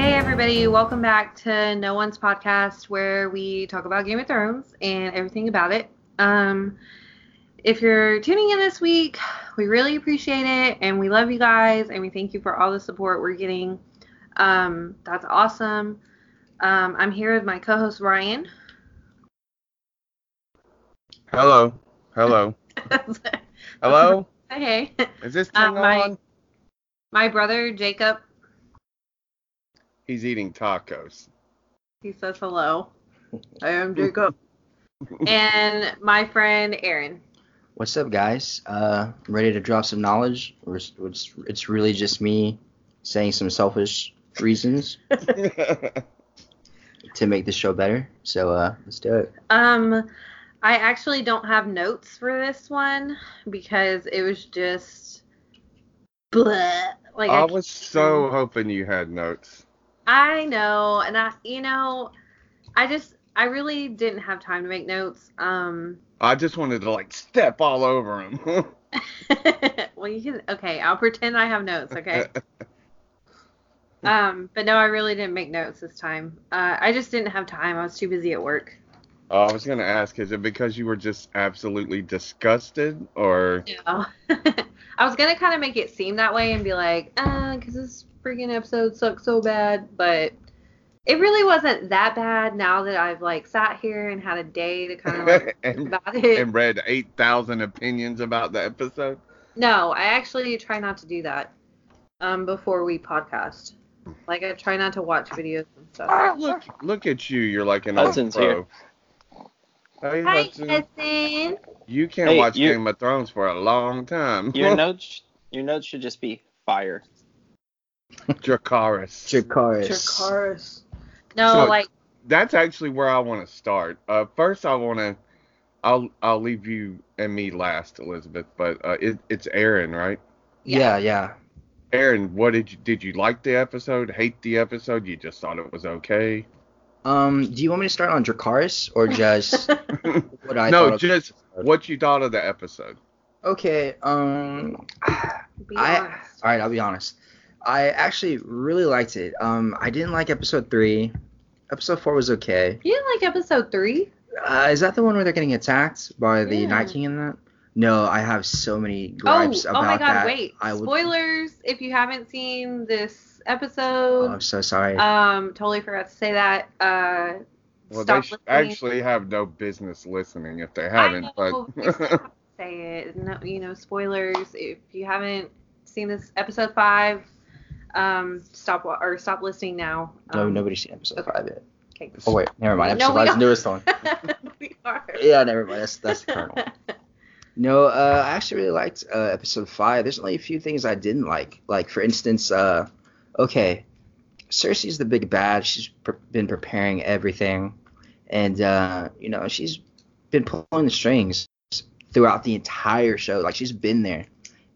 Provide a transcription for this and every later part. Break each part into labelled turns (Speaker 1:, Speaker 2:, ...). Speaker 1: everybody. Welcome back to No One's Podcast, where we talk about Game of Thrones and everything about it. Um, if you're tuning in this week, we really appreciate it, and we love you guys, and we thank you for all the support we're getting. Um, that's awesome. Um, I'm here with my co-host Ryan.
Speaker 2: Hello. Hello. Hello?
Speaker 1: hey,
Speaker 2: Is this
Speaker 1: Uh,
Speaker 2: thing
Speaker 1: my-
Speaker 2: on?
Speaker 1: my brother Jacob.
Speaker 2: He's eating tacos.
Speaker 1: He says hello. I am Jacob. and my friend Aaron.
Speaker 3: What's up, guys? Uh, I'm ready to drop some knowledge. Or s- It's, it's really just me saying some selfish reasons to make this show better. So uh, let's do it.
Speaker 1: Um, I actually don't have notes for this one because it was just bleh. Like I,
Speaker 2: I was so hoping you had notes.
Speaker 1: I know, and I, you know, I just, I really didn't have time to make notes. Um,
Speaker 2: I just wanted to like step all over him. Oh,
Speaker 1: well, you can, okay, I'll pretend I have notes, okay? um, but no, I really didn't make notes this time. Uh, I just didn't have time. I was too busy at work.
Speaker 2: Oh, I was gonna ask, is it because you were just absolutely disgusted, or
Speaker 1: No. I was gonna kind of make it seem that way and be like, uh, because this freaking episode sucked so bad, but it really wasn't that bad. Now that I've like sat here and had a day to kind of like think
Speaker 2: and,
Speaker 1: about it.
Speaker 2: and read eight thousand opinions about the episode?
Speaker 1: No, I actually try not to do that. Um, before we podcast, like I try not to watch videos and stuff.
Speaker 2: Ah, look, look at you. You're like an
Speaker 4: Hudson's
Speaker 2: old pro. Hey,
Speaker 1: Hi,
Speaker 2: Hudson.
Speaker 1: Justin.
Speaker 2: You can't
Speaker 4: Hey,
Speaker 2: watch
Speaker 4: you-
Speaker 2: Game of Thrones for a long time.
Speaker 4: Your notes, your notes should just be fire.
Speaker 2: Dracarys.
Speaker 3: Dracarys.
Speaker 1: No,
Speaker 2: So-
Speaker 1: like
Speaker 2: that's actually where I want to start. Uh, first, I want to, I'll I'll leave you and me last, Elizabeth. But uh, it, it's Aaron, right?
Speaker 3: Yeah, yeah.
Speaker 2: Aaron, what did you did you like the episode? Hate the episode? You just thought it was okay?
Speaker 3: Um, do you want me to start on Dracarys or just what I
Speaker 2: no,
Speaker 3: thought?
Speaker 2: just what you thought of the episode.
Speaker 3: of- okay. Um,
Speaker 1: be
Speaker 3: I-
Speaker 1: honest.
Speaker 3: All right, I'll be honest. I actually really liked it. Um, I didn't like episode three. Episode four was okay.
Speaker 1: You didn't like episode three?
Speaker 3: Uh, is that the one where they're getting attacked by the
Speaker 1: Yeah.
Speaker 3: Night King in that? No, I have so many
Speaker 1: Oh,
Speaker 3: gripes about
Speaker 1: oh my God!
Speaker 3: that.
Speaker 1: Wait,
Speaker 3: I would-
Speaker 1: spoilers if you haven't seen this
Speaker 3: Oh,
Speaker 1: episode.
Speaker 3: I'm so sorry.
Speaker 1: Um, totally forgot to say that. Uh,
Speaker 2: Well,
Speaker 1: stop
Speaker 2: they sh-
Speaker 1: listening.
Speaker 2: actually have no business listening if they
Speaker 1: I
Speaker 2: haven't.
Speaker 1: know, we still
Speaker 2: but
Speaker 1: have to say it. No, you know, spoilers. If you haven't seen this episode five, um, stop wa- or stop listening now.
Speaker 3: no,
Speaker 1: Um,
Speaker 3: nobody's seen episode
Speaker 1: okay.
Speaker 3: five yet.
Speaker 1: Okay.
Speaker 3: Oh wait, never mind.
Speaker 1: No,
Speaker 3: Episode
Speaker 1: we
Speaker 3: five's
Speaker 1: don't.
Speaker 3: the newest one.
Speaker 1: we are.
Speaker 3: Yeah, never mind. That's that's the kernel. No, uh, I actually really liked uh, episode five. There's only a few things I didn't like. Like for instance, uh, okay, Cersei's the big bad. She's pre- been preparing everything, and uh, you know she's been pulling the strings throughout the entire show. Like she's been there,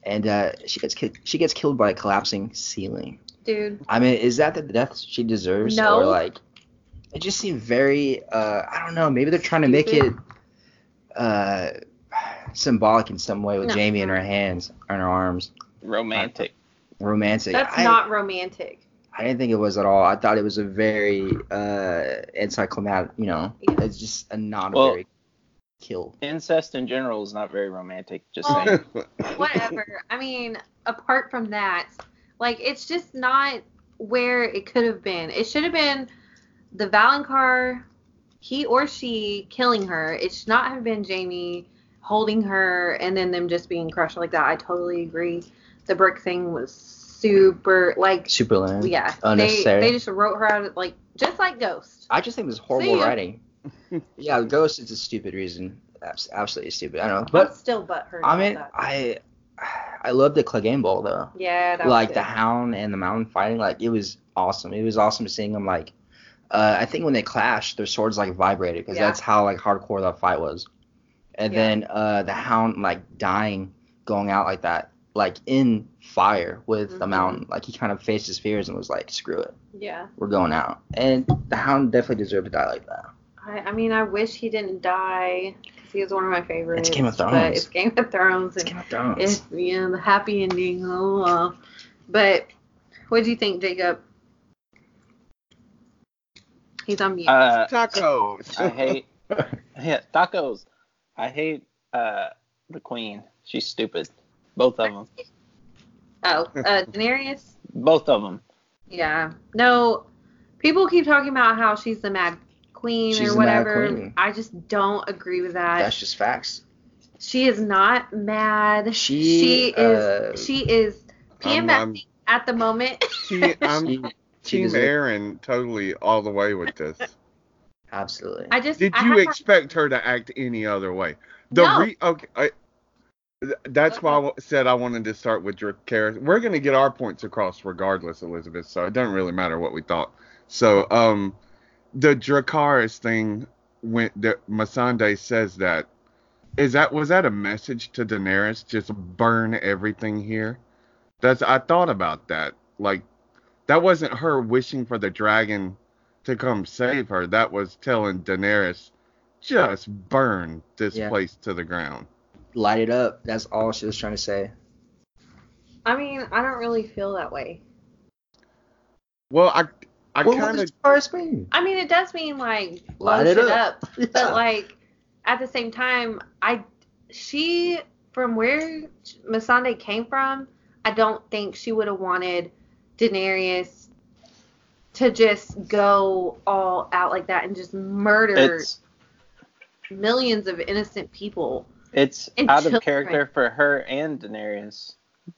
Speaker 3: and uh, she gets ki- she gets killed by a collapsing ceiling.
Speaker 1: Dude,
Speaker 3: I mean, is that the death she deserves?
Speaker 1: No.
Speaker 3: Or like, it just seemed very. Uh, I don't know. Maybe they're trying to make it
Speaker 1: Stupid.
Speaker 3: uh, symbolic in some way with
Speaker 1: No.
Speaker 3: Jamie in her hands, in her arms,
Speaker 4: Romantic.
Speaker 3: romantic.
Speaker 1: that's
Speaker 3: I,
Speaker 1: not romantic.
Speaker 3: I didn't think it was at all. I thought it was a very uh, anticlimactic. You know,
Speaker 1: Yeah.
Speaker 3: it's just a not
Speaker 4: Well-
Speaker 3: a very kill.
Speaker 4: Incest in general is not very romantic. Just
Speaker 1: Well-
Speaker 4: saying.
Speaker 1: Whatever. I mean, apart from that, like it's just not where it could have been. It should have been the Valonqar, he or she killing her. It should not have been Jamie holding her and then them just being crushed like that. I totally agree. The brick thing was super like
Speaker 3: Super lame.
Speaker 1: yeah. They
Speaker 3: Unnecessary.
Speaker 1: they just wrote her out of, like just like Ghost.
Speaker 3: I just think it was
Speaker 1: See
Speaker 3: horrible
Speaker 1: ya.
Speaker 3: writing. yeah, Ghost is a stupid reason. Abs- Absolutely stupid. I don't know.
Speaker 1: I'm
Speaker 3: But
Speaker 1: still butthurt.
Speaker 3: I
Speaker 1: about
Speaker 3: mean,
Speaker 1: that.
Speaker 3: I I love the Clegane Bowl though.
Speaker 1: yeah, that was
Speaker 3: like
Speaker 1: it.
Speaker 3: the hound and the mountain fighting like it was awesome it was awesome seeing them like uh, i think when they clashed their swords like vibrated because
Speaker 1: Yeah.
Speaker 3: that's how like hardcore that fight was and
Speaker 1: Yeah.
Speaker 3: then uh, the hound like dying going out like that like in fire with the
Speaker 1: Mhm.
Speaker 3: mountain like he kind of faced his fears and was like screw it
Speaker 1: yeah.
Speaker 3: we're going out and the hound definitely deserved to die like that
Speaker 1: I, I mean, I wish he didn't die because he was one of my favorites.
Speaker 3: Game of
Speaker 1: But
Speaker 3: Thrones.
Speaker 1: it's Game of Thrones,
Speaker 3: it's
Speaker 1: and
Speaker 3: Game of Thrones.
Speaker 1: it's you know, the happy uh, ending. Oh, well. but what do you think, Jacob? He's on mute.
Speaker 4: Uh,
Speaker 2: Tacos.
Speaker 4: I hate yeah, tacos. I hate uh, the queen. She's stupid. Both of them.
Speaker 1: oh, uh, Daenerys.
Speaker 4: Both of them.
Speaker 1: Yeah. No, people keep talking about how she's the Mad Queen
Speaker 3: She's
Speaker 1: or
Speaker 3: the Mad
Speaker 1: whatever.
Speaker 3: Queen.
Speaker 1: I just don't agree with that.
Speaker 3: That's just facts.
Speaker 1: she is not mad.
Speaker 3: She,
Speaker 1: she
Speaker 3: uh,
Speaker 1: is she is
Speaker 2: I'm-
Speaker 1: PMSing
Speaker 2: I'm-
Speaker 1: at the moment.
Speaker 2: She, I'm
Speaker 3: She- she
Speaker 2: Team
Speaker 3: deserved-
Speaker 2: Aaron totally all the way with this.
Speaker 3: Absolutely.
Speaker 1: I just
Speaker 2: Did
Speaker 1: I
Speaker 2: you
Speaker 1: have-
Speaker 2: expect her to act any other way? The
Speaker 1: No.
Speaker 2: re okay, I, th- that's why I said I wanted to start with your character. We're gonna get our points across regardless, Elizabeth. So it doesn't really matter what we thought. So um, the Dracaris thing when the Masande says that is that was that a message to Daenerys? Just burn everything here. That's I thought about that. Like that wasn't her wishing for the dragon to come save her. That was telling Daenerys just burn this
Speaker 3: Yeah.
Speaker 2: place to the ground.
Speaker 3: Light it up. That's all she was trying to say.
Speaker 1: I mean, I don't really feel that way.
Speaker 2: Well, I I
Speaker 3: Well, what
Speaker 2: kind
Speaker 3: does
Speaker 2: of
Speaker 3: Taurus mean?
Speaker 1: I mean, it does mean like blow
Speaker 3: Light it
Speaker 1: shit
Speaker 3: up.
Speaker 1: up.
Speaker 3: Yeah.
Speaker 1: but like at the same time i she from where masande came from i don't think she would have wanted daenerys to just go all out like that and just murder
Speaker 4: It's
Speaker 1: millions of innocent people
Speaker 4: it's
Speaker 1: And
Speaker 4: out of
Speaker 1: children.
Speaker 4: character for her and Daenerys.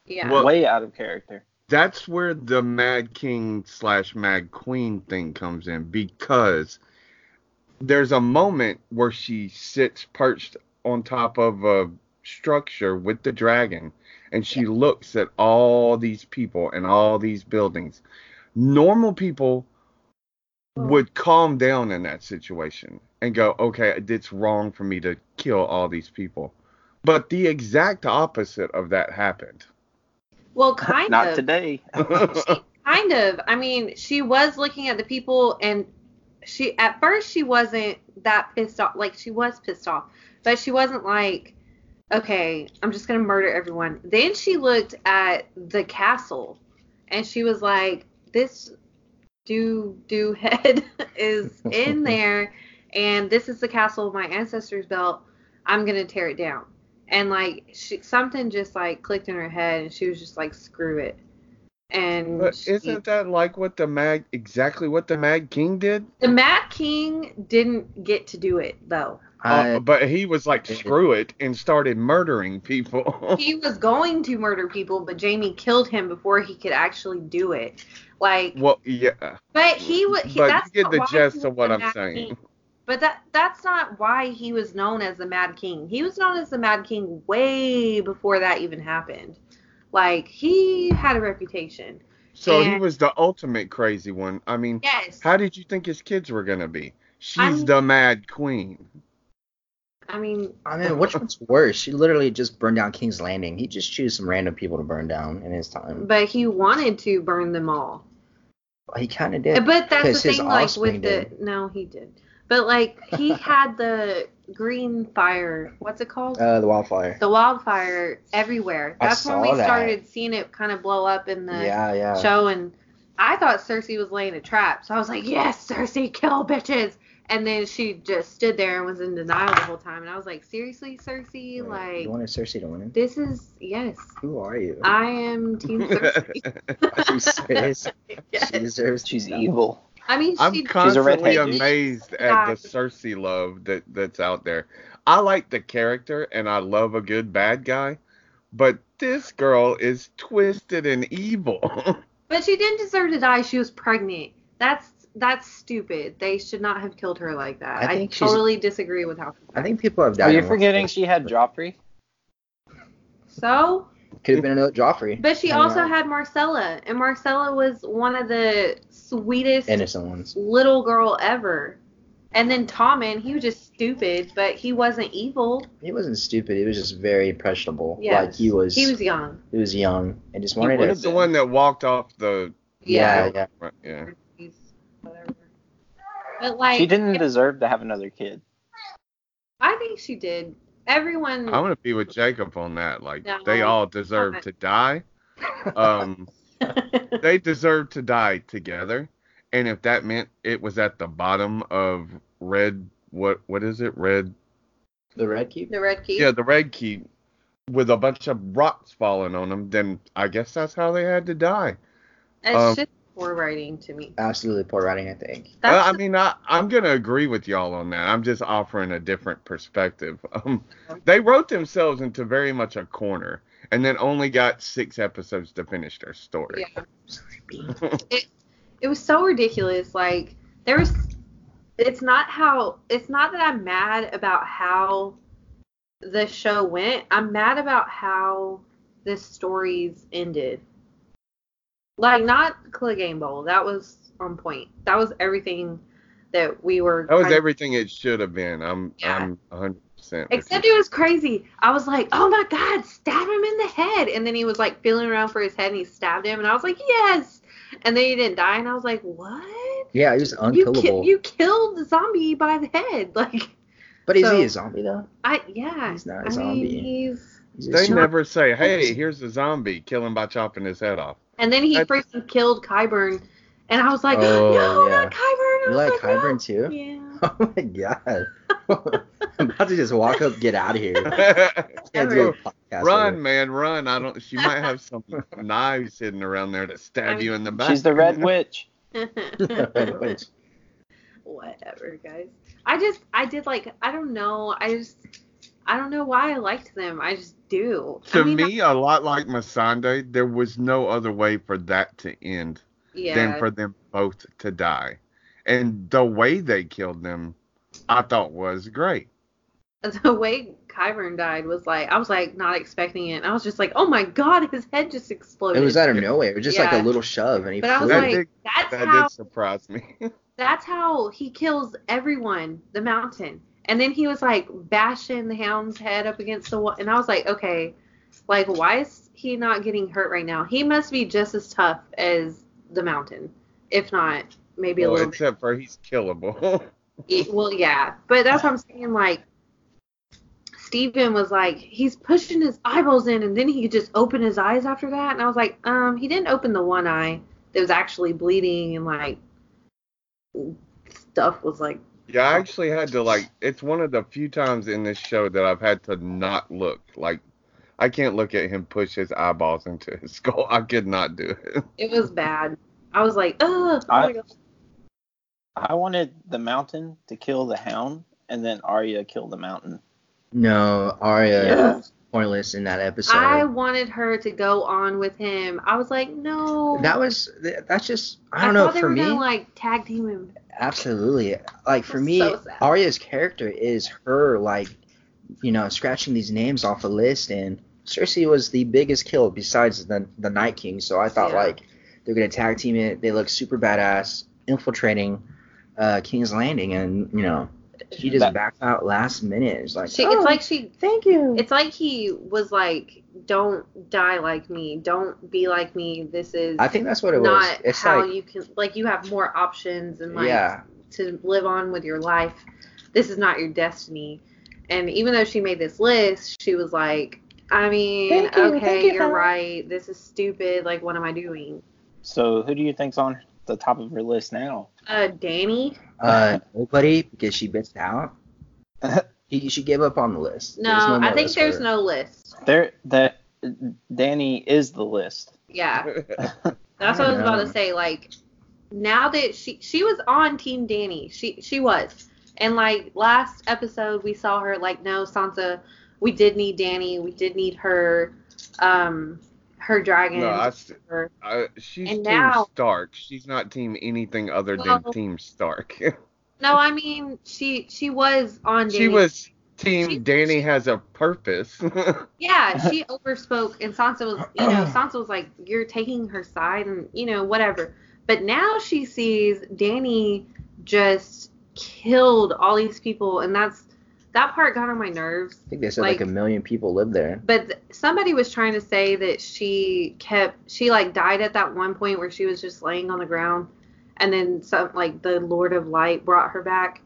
Speaker 1: yeah
Speaker 2: Well-
Speaker 4: Way out of character.
Speaker 2: that's where the Mad King slash Mad Queen thing comes in because there's a moment where she sits perched on top of a structure with the dragon and she looks at all these people and all these buildings. Normal people would calm down in that situation and go, okay, it's wrong for me to kill all these people. But the exact opposite of that happened.
Speaker 1: well kind
Speaker 4: Not
Speaker 1: of
Speaker 4: today.
Speaker 1: kind of i mean she was looking at the people and she at first she wasn't that pissed off like she was pissed off but she wasn't like okay i'm just gonna murder everyone then she looked at the castle and she was like this do do head is in there and this is the castle my ancestors built i'm gonna tear it down and like she, something just like clicked in her head and she was just like screw it and
Speaker 2: But
Speaker 1: she-
Speaker 2: isn't that like what the Mag exactly what the Mad King did?
Speaker 1: the Mad King didn't get to do it though.
Speaker 3: I,
Speaker 2: Uh, but he was like screw it and started murdering people.
Speaker 1: He was going to murder people, but Jamie killed him before he could actually do it. Like,
Speaker 2: well, yeah.
Speaker 1: but he was. He,
Speaker 2: but
Speaker 1: that's
Speaker 2: you get
Speaker 1: not
Speaker 2: the
Speaker 1: why he
Speaker 2: gist
Speaker 1: was
Speaker 2: of what
Speaker 1: the
Speaker 2: I'm
Speaker 1: Mad
Speaker 2: saying.
Speaker 1: King. But that that's not why he was known as the Mad King. He was known as the Mad King way before that even happened. Like he had a reputation.
Speaker 2: So he
Speaker 1: And-
Speaker 2: was the ultimate crazy one. I mean,
Speaker 1: Yes.
Speaker 2: how did you think his kids were gonna be? She's
Speaker 1: I'm-
Speaker 2: the Mad Queen.
Speaker 1: I mean,
Speaker 3: I mean, which one's worse? She literally just burned down King's Landing. He just choose some random people to burn down in his time.
Speaker 1: but he wanted to burn them all.
Speaker 3: He kind of did.
Speaker 1: But that's the
Speaker 3: because his
Speaker 1: thing, like
Speaker 3: offspring
Speaker 1: with the no, he did. But like he had the green fire. What's it called?
Speaker 3: Uh, the wildfire.
Speaker 1: the wildfire everywhere.
Speaker 3: I
Speaker 1: That's when we
Speaker 3: saw that.
Speaker 1: started seeing it kind of blow up in the
Speaker 3: yeah, yeah.
Speaker 1: show, and I thought Cersei was laying a trap. So I was like, yes, Cersei, kill bitches. And then she just stood there and was in denial the whole time. And I was like, seriously, Cersei,
Speaker 3: Right.
Speaker 1: like
Speaker 3: you wanted Cersei to win.
Speaker 1: this is yes.
Speaker 3: Who are you?
Speaker 1: I am Team Cersei.
Speaker 3: She's serious.
Speaker 1: Yes.
Speaker 3: She deserves.
Speaker 4: She's
Speaker 3: no.
Speaker 4: evil.
Speaker 1: I mean,
Speaker 2: I'm
Speaker 1: she
Speaker 2: constantly
Speaker 4: redhead, dude.
Speaker 2: amazed at the Cersei love that that's out there. I like the character and I love a good bad guy, but this girl is twisted and evil.
Speaker 1: But she didn't deserve to die. She was pregnant. That's that's stupid. They should not have killed her like that.
Speaker 3: I
Speaker 1: I,
Speaker 3: think she's-
Speaker 1: totally disagree with how.
Speaker 3: I think people have died.
Speaker 4: Are you
Speaker 3: in-
Speaker 4: forgetting she had Joffrey?
Speaker 1: So,
Speaker 3: Could have been another Joffrey.
Speaker 1: but she
Speaker 3: Hang
Speaker 1: also
Speaker 3: on.
Speaker 1: had Marcella, and Marcella was one of the sweetest
Speaker 3: innocent ones.
Speaker 1: little girl ever. And then Tommen, he was just stupid, but he wasn't evil.
Speaker 3: He wasn't stupid. He was just very impressionable.
Speaker 1: Yes.
Speaker 3: Like he was.
Speaker 1: He was young.
Speaker 3: He was young and just wanted
Speaker 4: would've
Speaker 3: to.
Speaker 2: It's the one that walked off the.
Speaker 3: Yeah,
Speaker 1: Yeah.
Speaker 3: yeah.
Speaker 2: Right, yeah.
Speaker 1: He's whatever. But like,
Speaker 4: She didn't
Speaker 1: if-
Speaker 4: deserve to have another kid.
Speaker 1: I think she did. Everyone.
Speaker 2: I'm gonna be with Jacob on that. Like
Speaker 1: No.
Speaker 2: they all deserve to die. Um, they deserve to die together. and if that meant it was at the bottom of red, what what is it? Red.
Speaker 3: The red keep.
Speaker 1: The red keep.
Speaker 2: Yeah, the red keep with a bunch of rocks falling on them. Then I guess that's how they had to die.
Speaker 1: It's um, just poor writing to
Speaker 3: uh,
Speaker 1: me.
Speaker 3: Absolutely poor writing, I think.
Speaker 2: That's I mean, I, I'm going to agree with y'all on that. I'm just offering a different perspective. Um, they wrote themselves into very much a corner and then only got six episodes to finish their story.
Speaker 1: Yeah. it, it was so ridiculous. Like, there was. It's not how. It's not that I'm mad about how the show went. I'm mad about how the stories ended like not Click Game Bowl. That was on point. That was everything that we were.
Speaker 2: That was everything it should have been. I'm yeah. I'm 100. percent
Speaker 1: Except it was crazy. I was like, oh my god, stab him in the head, and then he was like feeling around for his head and he stabbed him, and I was like, yes, and then he didn't die, and I was like, what?
Speaker 3: Yeah, he was unkillable.
Speaker 1: You, ki- you killed the zombie by the head, like.
Speaker 3: But is so, he a zombie though?
Speaker 1: I yeah. He's not a I zombie. Mean, he's,
Speaker 2: he's they not, never say, hey, here's a zombie, kill him by chopping his head off.
Speaker 1: And then he I, freaking killed Kyburn. And I was like, oh, no, yeah. not Kyburn.
Speaker 3: You like,
Speaker 1: like
Speaker 3: Kyburn no. too?
Speaker 1: Yeah.
Speaker 3: Oh my god. I'm about to just walk up, get out of here. Can't
Speaker 2: do a run, later. man, run. I don't she might have some knives hidden around there to stab I mean, you in the back.
Speaker 4: She's the red witch.
Speaker 1: red witch. Whatever, guys. I just I did like I don't know. I just I don't know why I liked them. I just do.
Speaker 2: To
Speaker 1: I mean,
Speaker 2: me, I, a lot like Masande, there was no other way for that to end yeah. than for them both to die. And the way they killed them, I thought was great.
Speaker 1: The way Kyvern died was like, I was like not expecting it. I was just like, oh my god, his head just exploded.
Speaker 3: It was out of nowhere. It was just yeah. like a little shove, and he.
Speaker 1: But I was that like,
Speaker 2: did,
Speaker 1: that's
Speaker 2: that
Speaker 1: how,
Speaker 2: did surprise me.
Speaker 1: that's how he kills everyone. The mountain. And then he was like bashing the hound's head up against the wall. And I was like, okay, like, why is he not getting hurt right now? He must be just as tough as the mountain, if not maybe well, a little.
Speaker 2: Except bit. for he's killable.
Speaker 1: it, well, yeah. But that's what I'm saying. Like, Steven was like, he's pushing his eyeballs in and then he could just open his eyes after that. And I was like, um, he didn't open the one eye that was actually bleeding and like stuff was like
Speaker 2: yeah, I actually had to like. It's one of the few times in this show that I've had to not look. Like, I can't look at him push his eyeballs into his skull. I could not do it.
Speaker 1: It was bad. I was like, ugh.
Speaker 4: I, oh I wanted the mountain to kill the hound, and then Arya kill the mountain.
Speaker 3: No, Arya yeah. was pointless in that episode.
Speaker 1: I wanted her to go on with him. I was like, no.
Speaker 3: That was that's just I don't I know
Speaker 1: they
Speaker 3: for
Speaker 1: were
Speaker 3: me.
Speaker 1: Gonna, like tag team him.
Speaker 3: Absolutely. Like for me, so sad. Arya's character is her like, you know, scratching these names off a list, and Cersei was the biggest kill besides the the Night King. So I thought yeah. like they're gonna tag team it. They look super badass, infiltrating uh, King's Landing, and you know. She just that, backed out last minute. It's like
Speaker 1: she, oh, it's like she.
Speaker 3: Thank you.
Speaker 1: It's like he was like, "Don't die like me. Don't be like me. This is."
Speaker 3: I think that's what it
Speaker 1: not
Speaker 3: was. It's
Speaker 1: how
Speaker 3: like,
Speaker 1: you can like you have more options and like yeah. to live on with your life. This is not your destiny. And even though she made this list, she was like, "I mean, you, okay, you, are right. This is stupid. Like, what am I doing?"
Speaker 4: So, who do you think's on the top of her list now?
Speaker 1: Uh, Danny.
Speaker 3: Uh, nobody because she bitched out. she, she gave up on the list.
Speaker 1: No, no I think there's no list.
Speaker 4: There, that Danny is the list.
Speaker 1: Yeah, that's what I was about to say. Like now that she she was on Team Danny, she she was, and like last episode we saw her like, no, Sansa, we did need Danny, we did need her. Um, her dragon.
Speaker 2: No, I, her. I, she's and Team now, Stark. She's not Team anything other well, than Team Stark.
Speaker 1: no, I mean she she was on. Danny.
Speaker 2: She was Team she, Danny has a purpose.
Speaker 1: yeah, she overspoke, and Sansa was you know Sansa was like you're taking her side, and you know whatever. But now she sees Danny just killed all these people, and that's that part got on my nerves.
Speaker 3: I think they said like, like a million people live there.
Speaker 1: But th- somebody was trying to say that she kept she like died at that one point where she was just laying on the ground, and then some like the Lord of Light brought her back.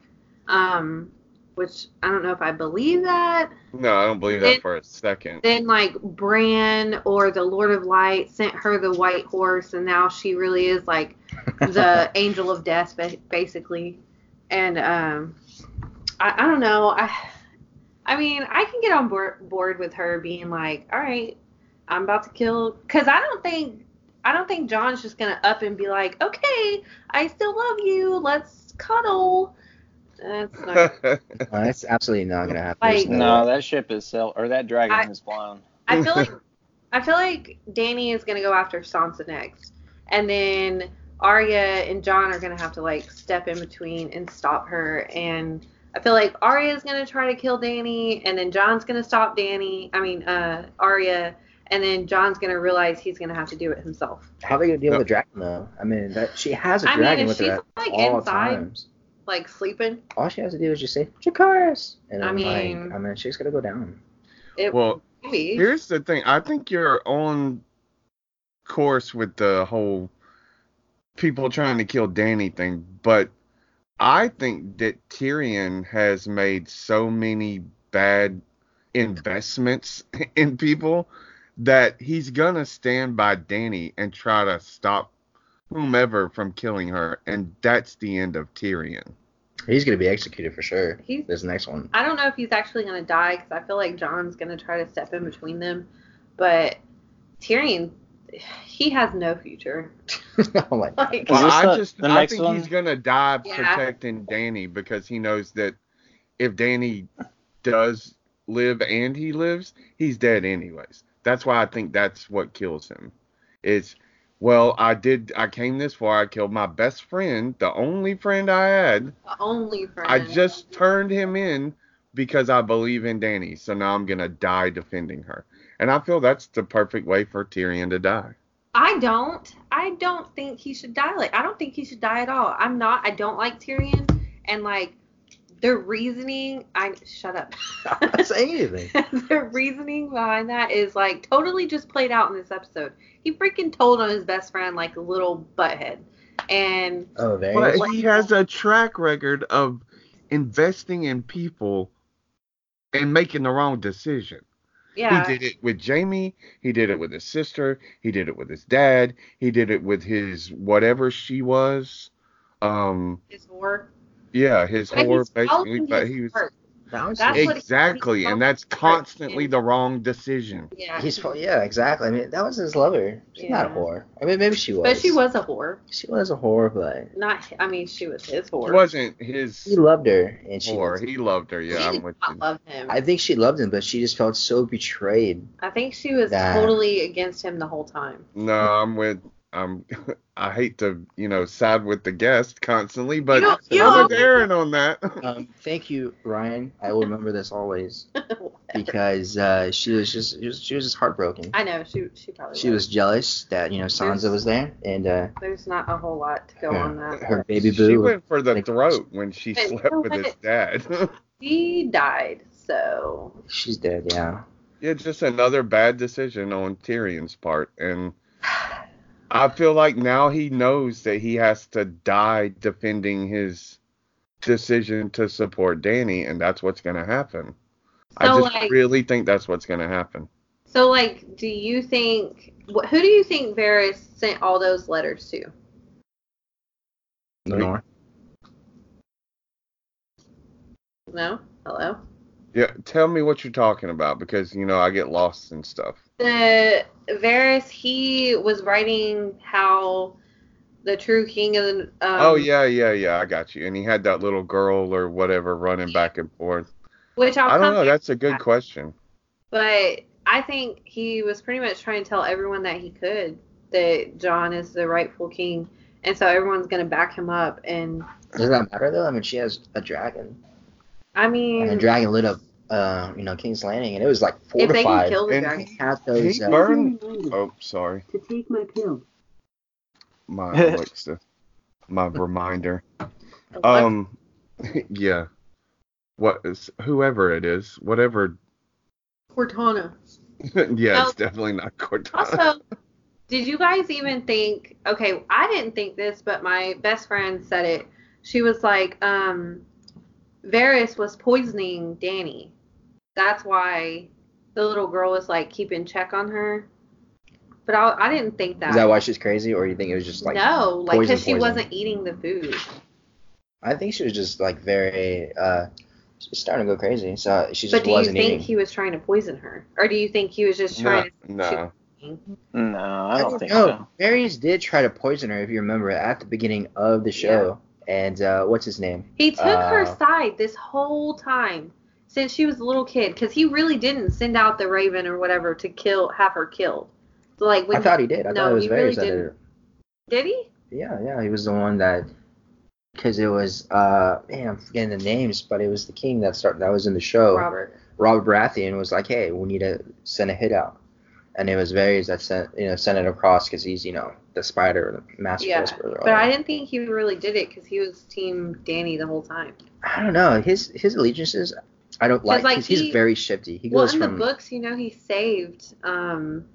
Speaker 1: Um, which I don't know if I believe that.
Speaker 2: No, I don't believe
Speaker 1: Then-
Speaker 2: that for a second.
Speaker 1: Then like Bran or the Lord of Light sent her the white horse, and now she really is like the angel of death, ba- basically. And um, I, I don't know. I, I mean, I can get on board, board with her being like, all right, I'm about to kill, because I don't think. I don't think John's just gonna up and be like, "Okay, I still love you. Let's cuddle." That's not.
Speaker 3: No, that's absolutely not gonna happen. There's
Speaker 1: Like-
Speaker 4: No, that ship is sail or that dragon
Speaker 1: I-
Speaker 4: is blown.
Speaker 1: I feel like I feel like Danny is gonna go after Sansa next, and then Arya and John are gonna have to like step in between and stop her. And I feel like Arya is gonna try to kill Danny, and then John's gonna stop Danny. I mean, uh, Arya, and then John's gonna realize he's gonna have to do it himself.
Speaker 3: How are they gonna deal
Speaker 2: No.
Speaker 3: with the dragon though? I mean, that she has a
Speaker 1: I mean,
Speaker 3: dragon
Speaker 1: if
Speaker 3: with her
Speaker 1: she's,
Speaker 3: at
Speaker 1: like,
Speaker 3: all
Speaker 1: inside-
Speaker 3: times.
Speaker 1: Like sleeping,
Speaker 3: All she has to do is just say Dracarys, and
Speaker 1: I
Speaker 3: I'm
Speaker 1: mean-
Speaker 3: like, I mean, she's gonna go down.
Speaker 1: it
Speaker 2: well,
Speaker 1: maybe.
Speaker 2: here's the thing. I think you're on course with the whole people trying to kill Danny thing, but I think that Tyrion has made so many bad investments in people that he's gonna stand by Danny and try to stop whomever from killing her, and that's the end of Tyrion.
Speaker 3: He's gonna be executed for sure.
Speaker 1: He's-
Speaker 3: This next one.
Speaker 1: I don't know if he's actually going to die because I feel like John's going to try to step in between them. But Tyrion, he has no future.
Speaker 3: I'm like,
Speaker 1: like,
Speaker 4: Is
Speaker 2: Well,
Speaker 4: this
Speaker 2: I
Speaker 4: the-
Speaker 2: just
Speaker 4: the
Speaker 2: I
Speaker 4: next
Speaker 2: think
Speaker 4: one?
Speaker 2: he's gonna die
Speaker 1: Yeah.
Speaker 2: protecting Danny because he knows that if Danny does live and he lives, he's dead anyways. That's why I think that's what kills him. Is well, I did I came this far, I killed my best friend, the only friend I had.
Speaker 1: the only friend.
Speaker 2: I just turned him in because I believe in Danny, so now I'm gonna die defending her. And I feel that's the perfect way for Tyrion to die.
Speaker 1: I don't. I don't think he should die. Like I don't think he should die at all. I'm not. I don't like Tyrion, and like the reasoning. I shut up.
Speaker 3: I'm not saying anything.
Speaker 1: the reasoning behind that is like totally just played out in this episode. He freaking told on his best friend like a little butthead, and
Speaker 3: Oh, there.
Speaker 2: But
Speaker 3: he is.
Speaker 1: Like-
Speaker 2: he has a track record of investing in people and making the wrong decision.
Speaker 1: yeah.
Speaker 2: He did it with Jamie. He did it with his sister. He did it with his dad. He did it with his whatever she was. Um,
Speaker 1: his war.
Speaker 2: yeah, his
Speaker 1: But
Speaker 2: whore
Speaker 1: he's
Speaker 2: basically.
Speaker 1: following
Speaker 2: But
Speaker 1: his
Speaker 2: he was
Speaker 1: heart.
Speaker 3: That was
Speaker 1: That's
Speaker 3: it.
Speaker 1: what he-
Speaker 2: exactly,
Speaker 1: he's
Speaker 2: and that's
Speaker 1: following his heart.
Speaker 2: constantly the wrong decision.
Speaker 1: Yeah.
Speaker 3: He's fo- yeah, exactly. I mean, that was his lover. She's not a
Speaker 1: Yeah.
Speaker 3: whore. I mean, maybe she was.
Speaker 1: but she was a whore.
Speaker 3: She was a whore, but
Speaker 1: Not. I mean, she was his
Speaker 2: It
Speaker 1: whore.
Speaker 2: wasn't his
Speaker 3: he loved her, and she.
Speaker 2: whore. He loved her.
Speaker 1: she
Speaker 2: Yeah, I'm
Speaker 1: did
Speaker 2: with
Speaker 1: not
Speaker 2: you.
Speaker 1: love him.
Speaker 3: I
Speaker 1: I,
Speaker 3: think she loved him, but she just felt so betrayed.
Speaker 1: think she was
Speaker 3: Nah.
Speaker 1: totally against him the whole time.
Speaker 2: No, I'm with. I'm. I hate to, you know, side with the guest constantly, but
Speaker 1: don't- you
Speaker 2: I'm
Speaker 1: don't-
Speaker 2: with Aaron on that.
Speaker 3: Um, thank you, Ryan. I will remember this always because uh, she was just she was, she was just heartbroken.
Speaker 1: I know she she probably
Speaker 3: She was jealous that you know Sansa was there, and uh,
Speaker 1: There's not a whole lot to go
Speaker 3: Yeah.
Speaker 1: on that.
Speaker 3: her baby
Speaker 2: She
Speaker 3: boo.
Speaker 2: went for the
Speaker 3: Like-
Speaker 2: throat when she
Speaker 1: But you
Speaker 2: slept
Speaker 1: know
Speaker 2: with
Speaker 1: what?
Speaker 2: his dad.
Speaker 1: He died, so
Speaker 3: she's dead. Yeah.
Speaker 2: it's just another bad decision on Tyrion's part, and I feel like now he knows that he has to die defending his decision to support Danny, and that's what's gonna happen. I
Speaker 1: So,
Speaker 2: just
Speaker 1: like-
Speaker 2: really think that's what's gonna happen.
Speaker 1: so like, do you think wh- who do you think Varys sent all those letters to?
Speaker 3: Lenore.
Speaker 1: No, hello.
Speaker 2: Yeah, tell me what you're talking about because you know I get lost and stuff.
Speaker 1: the Varys, he was writing how the true king of the. Um,
Speaker 2: oh yeah, yeah, yeah. I got you. And he had that little girl or whatever running back and forth.
Speaker 1: Which I'll
Speaker 2: I don't
Speaker 1: come
Speaker 2: know.
Speaker 1: back,
Speaker 2: That's a good question.
Speaker 1: but I think he was pretty much trying to tell everyone that he could that John is the rightful king, and so everyone's gonna back him up. And
Speaker 3: Does that matter though? I mean, she has a dragon,
Speaker 1: I
Speaker 3: and the
Speaker 1: mean,
Speaker 3: dragon lit up, uh, you know, King's Landing, and it was like
Speaker 1: Mm. if
Speaker 3: fortified.
Speaker 1: they can kill the
Speaker 2: And
Speaker 1: dragon,
Speaker 3: Had
Speaker 2: He
Speaker 3: those, uh,
Speaker 2: burned. Oh, sorry.
Speaker 5: to take my pill.
Speaker 2: My Alexa. My reminder. Um, yeah. What is whoever it is, whatever.
Speaker 1: Cortana.
Speaker 2: yeah,
Speaker 1: Well,
Speaker 2: it's definitely not Cortana.
Speaker 1: Also, did you guys even think? Okay, I didn't think this, but my best friend said it. She was like, um, Varys was poisoning Danny. That's why the little girl was like keeping check on her. But I, I didn't think that.
Speaker 3: Is that why she's crazy, or you think it was just like
Speaker 1: no, like
Speaker 3: poison,
Speaker 1: because she
Speaker 3: poison?
Speaker 1: wasn't eating the food.
Speaker 3: I think she was just like very. uh She's starting to go crazy, so she just
Speaker 1: But do you
Speaker 3: wasn't
Speaker 1: think
Speaker 3: eating.
Speaker 1: he was trying to poison her, or do you think he was just
Speaker 2: No,
Speaker 1: trying
Speaker 2: no.
Speaker 1: to?
Speaker 4: No, I don't think
Speaker 3: know.
Speaker 4: so.
Speaker 3: Varys did try to poison her, if you remember, at the beginning of the show. And uh, what's his name?
Speaker 1: He took her
Speaker 3: Uh,
Speaker 1: side this whole time since she was a little kid, because he really didn't send out the Raven or whatever to kill, have her killed. So, like when
Speaker 3: I thought he did. I
Speaker 1: no,
Speaker 3: thought it was
Speaker 1: he
Speaker 3: Varys
Speaker 1: really
Speaker 3: that did
Speaker 1: didn't.
Speaker 3: it.
Speaker 1: did he?
Speaker 3: Yeah, yeah, he was the one that because it was uh man, I'm forgetting the names, but it was the king that started that was in the show.
Speaker 1: Robert.
Speaker 3: Robert Baratheon was like, hey, we need to send a hit out, and it was Varys that sent you know sent it across because he's you know the spider, the master
Speaker 1: Yeah,
Speaker 3: whisperer. or
Speaker 1: But I
Speaker 3: whatever.
Speaker 1: didn't think he really did it because he was Team Danny the whole time.
Speaker 3: I don't know his his allegiances. I don't like.
Speaker 1: 'Cause, like,
Speaker 3: 'cause
Speaker 1: he-
Speaker 3: he's very shifty. He
Speaker 1: Well,
Speaker 3: goes
Speaker 1: in
Speaker 3: from
Speaker 1: the books, you know, he saved um,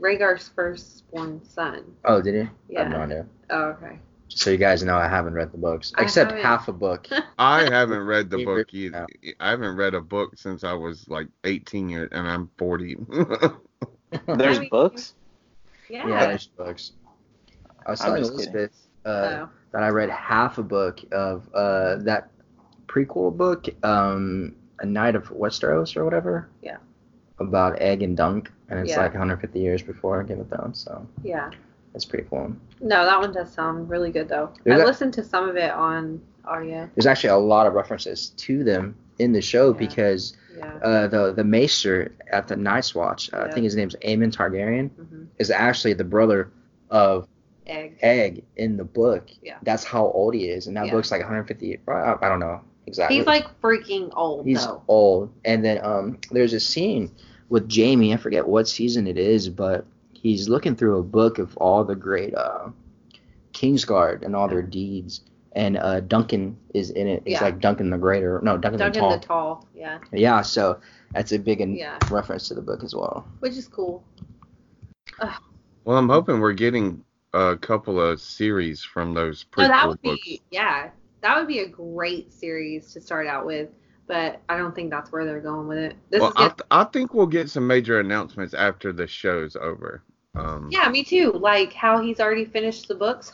Speaker 1: Rhaegar's firstborn son.
Speaker 3: oh, did he? I have no
Speaker 1: Yeah.
Speaker 3: idea.
Speaker 1: Oh, okay.
Speaker 3: Just so you guys know, I haven't read the books
Speaker 1: I
Speaker 3: except
Speaker 1: haven't.
Speaker 3: half a book.
Speaker 2: I haven't read the
Speaker 3: We
Speaker 2: book
Speaker 3: ripped
Speaker 2: either.
Speaker 3: out.
Speaker 2: I haven't read a book since I was like 18 years, and I'm 40.
Speaker 4: There's
Speaker 1: I mean-
Speaker 4: books.
Speaker 1: Yeah.
Speaker 3: yeah, there's books. I was
Speaker 4: I'm
Speaker 3: telling
Speaker 4: just kidding.
Speaker 3: Elizabeth. Uh,
Speaker 1: So,
Speaker 3: that I read half a book of uh, that prequel book, um, A Night of Westeros or whatever.
Speaker 1: Yeah.
Speaker 3: About Egg and Dunk, and it's
Speaker 1: Yeah.
Speaker 3: like 150 years before Game of Thrones, so
Speaker 1: yeah.
Speaker 3: that's pretty cool.
Speaker 1: No, that one does sound really good though.
Speaker 3: Is
Speaker 1: I
Speaker 3: that-
Speaker 1: listened to some of it on audio.
Speaker 3: There's actually a lot of references to them in the show
Speaker 1: Yeah.
Speaker 3: because
Speaker 1: Yeah.
Speaker 3: uh, the the Maester at the Night's Watch, uh, I
Speaker 1: Yeah.
Speaker 3: think his name's Aemon Targaryen,
Speaker 1: hmm
Speaker 3: is actually the brother of
Speaker 1: Egg.
Speaker 3: Egg in the book.
Speaker 1: Yeah.
Speaker 3: That's how old he is, and that
Speaker 1: Yeah.
Speaker 3: book's like 150. I I don't know exactly.
Speaker 1: He's like freaking old
Speaker 3: He's
Speaker 1: though.
Speaker 3: old. And then um, there's a scene with Jamie. I forget what season it is, but he's looking through a book of all the great uh, Kingsguard and all their deeds. And uh, Duncan is in it. He's
Speaker 1: Yeah.
Speaker 3: like Duncan the Greater. No, Duncan,
Speaker 1: Duncan
Speaker 3: the Tall.
Speaker 1: the Tall. Yeah.
Speaker 3: yeah, so that's a big in-
Speaker 1: Yeah.
Speaker 3: reference to the book as well.
Speaker 1: Which is cool.
Speaker 2: well, I'm hoping we're getting a couple of series from those prequel
Speaker 1: So Oh, that would
Speaker 2: books.
Speaker 1: be yeah. That would be a great series to start out with, but I don't think that's where they're going with it. This
Speaker 2: well,
Speaker 1: is
Speaker 2: I,
Speaker 1: gonna,
Speaker 2: th- I think we'll get some major announcements after the show's over. Um,
Speaker 1: yeah, me too. Like how he's already finished the books.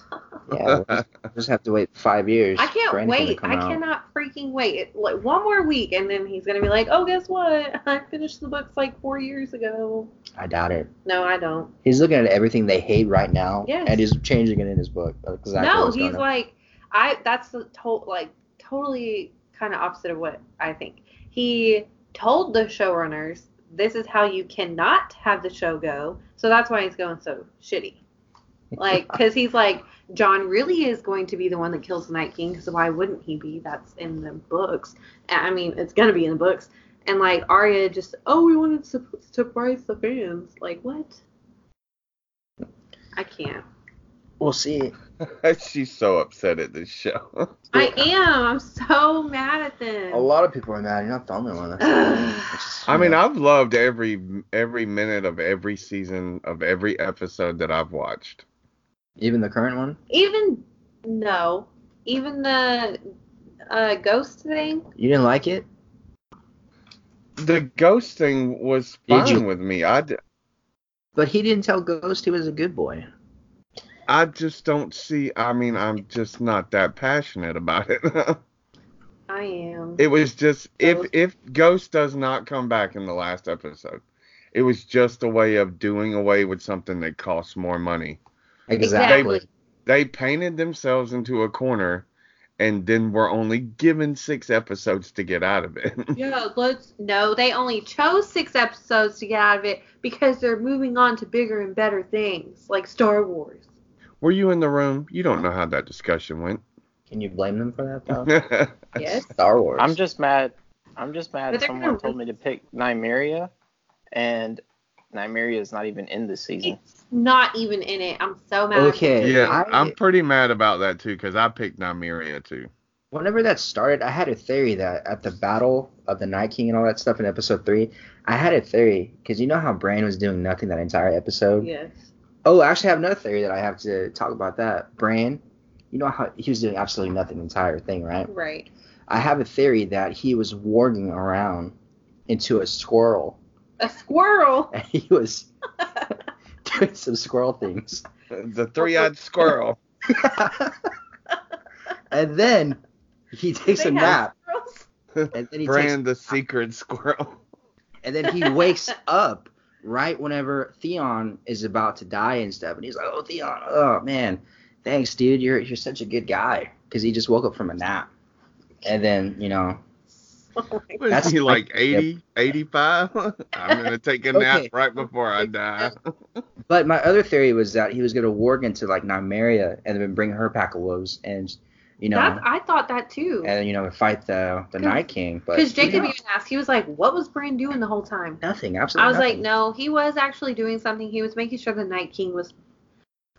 Speaker 3: Yeah, we'll just- just have to wait five years.
Speaker 1: I
Speaker 3: for
Speaker 1: can't
Speaker 3: anything to
Speaker 1: wait.
Speaker 3: come
Speaker 1: I
Speaker 3: out.
Speaker 1: cannot freaking wait. It, like one more week, and then he's gonna be like, "Oh, guess what? I finished the books like four years ago."
Speaker 3: I doubt it.
Speaker 1: No, I don't.
Speaker 3: He's looking at everything they hate right now,
Speaker 1: Yes.
Speaker 3: and he's changing it in his book. That's Exactly
Speaker 1: no,
Speaker 3: what's going
Speaker 1: he's
Speaker 3: on.
Speaker 1: like, I. That's the to- like totally kind of opposite of what I think. He told the showrunners, "This is how you cannot have the show go." So that's why he's going so shitty. Like, because he's like, John really is going to be the one that kills the Night King, because why wouldn't he be? That's in the books. I I mean, it's going to be in the books. And, like, Arya just, oh, we wanted to su- surprise the fans. Like, what? I can't.
Speaker 3: We'll see.
Speaker 2: She's so upset at this show.
Speaker 1: I am. I'm so mad at them.
Speaker 3: A lot of people are mad. You're not the only one. That's the thing. It's just,
Speaker 2: I
Speaker 3: you
Speaker 2: mean,
Speaker 3: know,
Speaker 2: I've loved every every minute of every season of every episode that I've watched.
Speaker 3: even the current one.
Speaker 1: Even, no. Even the uh, ghost thing.
Speaker 3: You didn't like it?
Speaker 2: The ghost thing was
Speaker 3: Did you-
Speaker 2: fine with me. I, d-
Speaker 3: But he didn't tell Ghost he was a good boy.
Speaker 2: I just don't see. I mean, I'm just not that passionate about it.
Speaker 1: I am.
Speaker 2: it was just if
Speaker 1: Ghost.
Speaker 2: if Ghost does not come back in the last episode, it was just a way of doing away with something that costs more money.
Speaker 1: Exactly.
Speaker 2: They painted themselves into a corner, and then were only given six episodes to get out of it.
Speaker 1: Yeah, let's. No, they only chose six episodes to get out of it because they're moving on to bigger and better things, like Star Wars.
Speaker 2: Were you in the room? You don't know how that discussion went.
Speaker 3: Can you blame them for that though?
Speaker 2: I
Speaker 1: Yes.
Speaker 3: Star Wars.
Speaker 4: I'm just mad. I'm just
Speaker 1: But
Speaker 4: mad
Speaker 1: they're
Speaker 4: someone
Speaker 1: gonna
Speaker 4: told me to pick Nymeria, and Nymeria is not even in this season.
Speaker 1: It's not even in it. I'm so mad.
Speaker 3: Okay.
Speaker 2: yeah,
Speaker 3: I-
Speaker 2: I, am pretty mad about that too because I picked Nymeria too.
Speaker 3: Whenever that started, I had a theory that at the battle of the Night King and all that stuff in episode three, I had a theory because you know how Bran was doing nothing that entire episode.
Speaker 1: Yes.
Speaker 3: Oh, I actually have another theory that I have to talk about that. Bran, you know how he was doing absolutely nothing the entire thing, right?
Speaker 1: Right.
Speaker 3: I have a theory that he was warging around into a squirrel.
Speaker 1: A squirrel.
Speaker 3: And he was doing some squirrel things.
Speaker 2: The three-eyed squirrel.
Speaker 3: and then he takes
Speaker 1: They
Speaker 3: a
Speaker 1: have
Speaker 3: nap.
Speaker 1: squirrels?
Speaker 3: And then he takes
Speaker 2: Brand the secret squirrel.
Speaker 3: and then he wakes up right whenever Theon is about to die and stuff, and he's like, "Oh, Theon, oh man, thanks, dude. You're you're such a good guy." Because he just woke up from a nap, and then you know,
Speaker 1: Oh my
Speaker 2: Was
Speaker 3: That's
Speaker 2: he
Speaker 3: my-
Speaker 2: like 80, 85? I'm going to take a nap
Speaker 3: Okay.
Speaker 2: right before I die.
Speaker 3: But my other theory was that he was gonna warg into like Nymeria and then bring her pack of wolves and you know
Speaker 1: That's, I thought that too.
Speaker 3: and you know fight the the
Speaker 1: 'Cause-
Speaker 3: Night King. But
Speaker 1: Because Jacob
Speaker 3: you know,
Speaker 1: even asked, he was like, "What was Bran doing the whole time?"
Speaker 3: nothing. Absolutely.
Speaker 1: I was like,
Speaker 3: nothing.
Speaker 1: "No, he was actually doing something. He was making sure the Night King was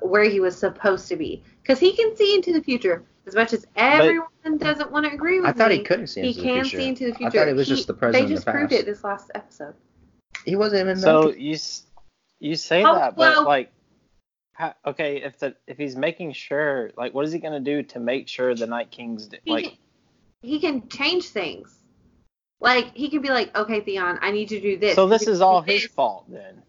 Speaker 1: where he was supposed to be, because he can see into the future. As much as everyone doesn't want to agree with
Speaker 3: I thought
Speaker 1: me,
Speaker 3: he couldn't see.
Speaker 1: he
Speaker 3: into the
Speaker 1: can
Speaker 3: future.
Speaker 1: see into the future.
Speaker 3: thought it was
Speaker 1: He-
Speaker 3: just the present and
Speaker 1: They
Speaker 3: the
Speaker 1: just proved
Speaker 3: past.
Speaker 1: it this last episode.
Speaker 3: He wasn't even.
Speaker 4: So you s- you say
Speaker 1: Oh,
Speaker 4: that,
Speaker 1: well-
Speaker 4: but like, how, okay, if the if he's making sure, like, what is he gonna do to make sure the Night King's d-
Speaker 1: He
Speaker 4: like?
Speaker 1: can, he can change things. Like he can be like, "Okay, Theon, I need you to do this."
Speaker 4: So this
Speaker 1: You
Speaker 4: is
Speaker 1: do
Speaker 4: all
Speaker 1: this."
Speaker 4: his fault then.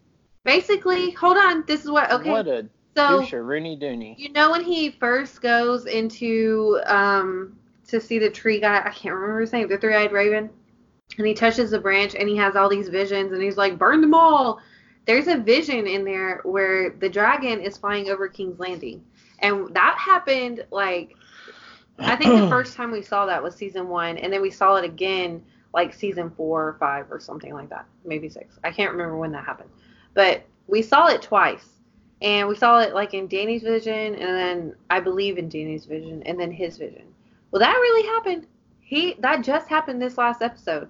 Speaker 1: Basically, hold on. This is what. Okay,
Speaker 4: What a
Speaker 1: so
Speaker 4: douche, Rooney Dooney.
Speaker 1: You know when he first goes into um to see the tree guy, I can't remember his name, the three eyed raven, and he touches the branch and he has all these visions and he's like, Burn them all. There's a vision in there where the dragon is flying over King's Landing. And that happened like I think the first time we saw that was season one, and then we saw it again like season four or five or something like that, maybe six. I can't remember when that happened, but we saw it twice, and we saw it like in Danny's vision, and then I believe in Danny's vision, and then his vision. Well, that really happened. He that just happened this last episode.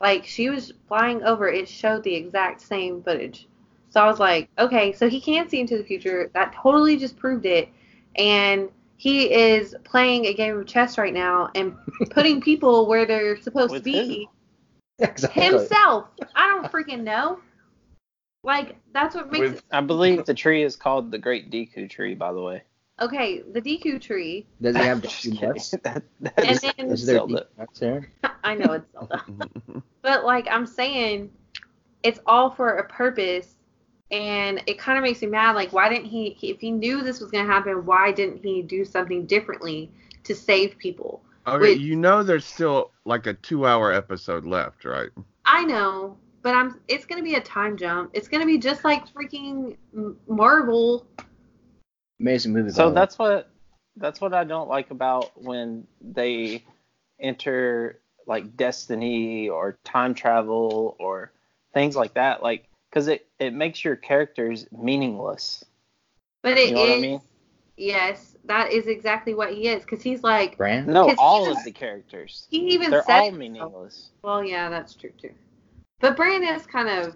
Speaker 1: Like she was flying over, it showed the exact same footage. So I was like, okay, so he can see into the future. That totally just proved it, and he is playing a game of chess right now and putting people where they're supposed
Speaker 4: With
Speaker 1: to be
Speaker 3: exactly.
Speaker 1: himself. I don't freaking know. Like that's what makes
Speaker 2: With-
Speaker 1: it,
Speaker 4: I believe the tree is called the Great Deku Tree, by the way.
Speaker 1: okay. The Deku tree,
Speaker 3: Does he have
Speaker 4: Just
Speaker 3: two
Speaker 4: kidding.
Speaker 3: butts?
Speaker 4: That- that
Speaker 1: and
Speaker 4: is-
Speaker 1: then
Speaker 3: Is there
Speaker 4: Zelda.
Speaker 3: deep cuts there?
Speaker 1: I know it's Zelda, but like I'm saying, it's all for a purpose, and it kind of makes me mad. Like why didn't he? he- If he knew this was gonna happen, why didn't he do something differently to save people?
Speaker 2: Okay,
Speaker 1: Wait.
Speaker 2: you know there's still like a two hour episode left, right?
Speaker 1: I know, but I'm. It's gonna be a time jump. It's gonna be just like freaking M- Marvel.
Speaker 3: Amazing movie. by
Speaker 4: so
Speaker 3: the way.
Speaker 4: that's what that's what I don't like about when they enter like destiny or time travel or things like that, like because it it makes your characters meaningless.
Speaker 1: But it is.
Speaker 4: You know what I mean?
Speaker 1: Yes, that is exactly what he is, because he's like
Speaker 3: Brand.
Speaker 4: No,
Speaker 1: 'Cause Mm-hmm.
Speaker 4: all
Speaker 1: even-
Speaker 4: of the characters.
Speaker 1: he even
Speaker 4: They're
Speaker 1: said
Speaker 4: all
Speaker 1: it.
Speaker 4: meaningless.
Speaker 1: Well, yeah, that's true too. But Bran is kind of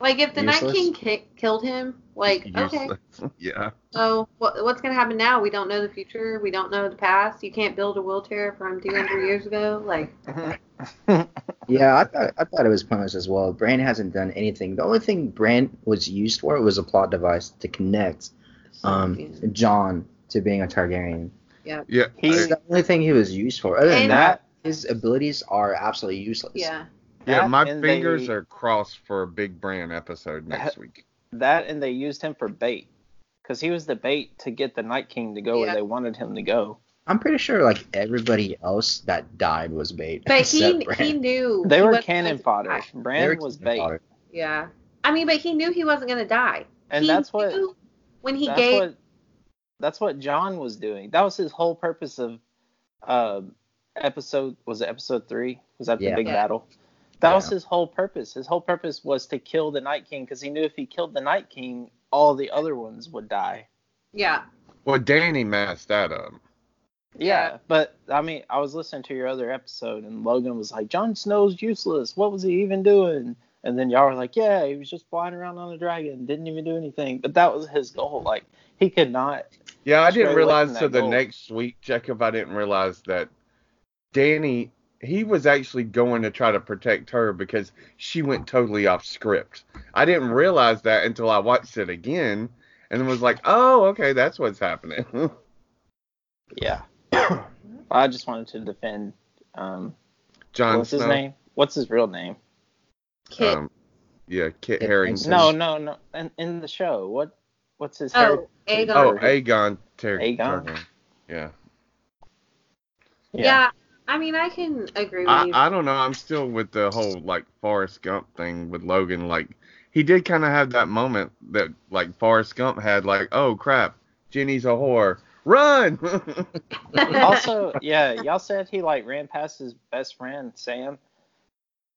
Speaker 1: like if the Night
Speaker 3: Useless?
Speaker 1: King ki- killed him, like okay,
Speaker 2: Useless. yeah.
Speaker 1: so what, what's gonna happen now? We don't know the future. We don't know the past. You can't build a wheelchair from 200 years ago. Like
Speaker 3: Yeah, I thought I thought it was pointless as well. Brand hasn't done anything. The only thing Brand was used for was a plot device to connect um
Speaker 1: yeah.
Speaker 3: John to being a Targaryen.
Speaker 2: Yeah.
Speaker 3: That's
Speaker 4: He's-
Speaker 3: the only thing he was used for. Other than
Speaker 1: And-
Speaker 3: that, his abilities are absolutely useless.
Speaker 1: yeah.
Speaker 2: yeah,
Speaker 4: That
Speaker 2: my
Speaker 4: and
Speaker 2: fingers
Speaker 4: they-
Speaker 2: are crossed for a Big Brand episode next week.
Speaker 4: That and they used him for bait, because he was the bait to get the Night King to go
Speaker 1: Yeah.
Speaker 4: where they wanted him to go.
Speaker 3: I'm pretty sure like everybody else that died was bait.
Speaker 1: But
Speaker 3: except
Speaker 1: he he
Speaker 3: Bran.
Speaker 1: knew
Speaker 4: They
Speaker 1: he
Speaker 4: were
Speaker 1: wasn't
Speaker 4: cannon
Speaker 1: gonna
Speaker 4: fodder.
Speaker 1: die.
Speaker 3: They were
Speaker 4: Bran was bait.
Speaker 3: kinda
Speaker 1: Yeah, I mean, but he knew he wasn't gonna die.
Speaker 4: And
Speaker 1: He
Speaker 4: that's what
Speaker 1: knew when he
Speaker 4: that's
Speaker 1: gave
Speaker 4: what that's what John was doing. That was his whole purpose of um episode was it episode three? Was that
Speaker 3: Yeah.
Speaker 4: the big
Speaker 1: Yeah.
Speaker 4: battle? That was
Speaker 3: Yeah.
Speaker 4: his whole purpose. His whole purpose was to kill the Night King because he knew if he killed the Night King, all the other ones would die.
Speaker 1: yeah
Speaker 2: Well, Danny messed that up.
Speaker 1: Yeah.
Speaker 4: Yeah, but I mean, I was listening to your other episode, and Logan was like, "Jon Snow's useless. What was he even doing?" And then y'all were like, "Yeah, he was just flying around on a dragon, didn't even do anything." But that was his goal. Like he could not.
Speaker 2: Yeah, I
Speaker 4: Straight
Speaker 2: didn't
Speaker 4: away
Speaker 2: realize
Speaker 4: from
Speaker 2: till
Speaker 4: that
Speaker 2: the
Speaker 4: goal.
Speaker 2: next week, Jacob. I didn't realize that Danny he was actually going to try to protect her because she went totally off script. I didn't realize that until I watched it again and then was like, "Oh, okay, that's what's happening."
Speaker 4: Yeah. I just wanted to defend um,
Speaker 2: John
Speaker 4: what's his
Speaker 2: Snow.
Speaker 4: name? What's his real name?
Speaker 1: Kit.
Speaker 2: Um, yeah, Kit
Speaker 3: Kit
Speaker 2: Harrington.
Speaker 4: No, no, no. In, in the show, what what's his hair?
Speaker 1: oh, Aegon.
Speaker 2: Oh, Aegon. Ter-
Speaker 4: Aegon?
Speaker 2: Targaryen. Yeah.
Speaker 1: yeah. I mean, I can agree with
Speaker 2: I,
Speaker 1: you.
Speaker 2: I don't know. I'm still with the whole like Forrest Gump thing with Logan. Like he did kind of have that moment that like Forrest Gump had. Like oh crap, Jenny's a whore. Run.
Speaker 4: uh, also, yeah, y'all said he like ran past his best friend Sam.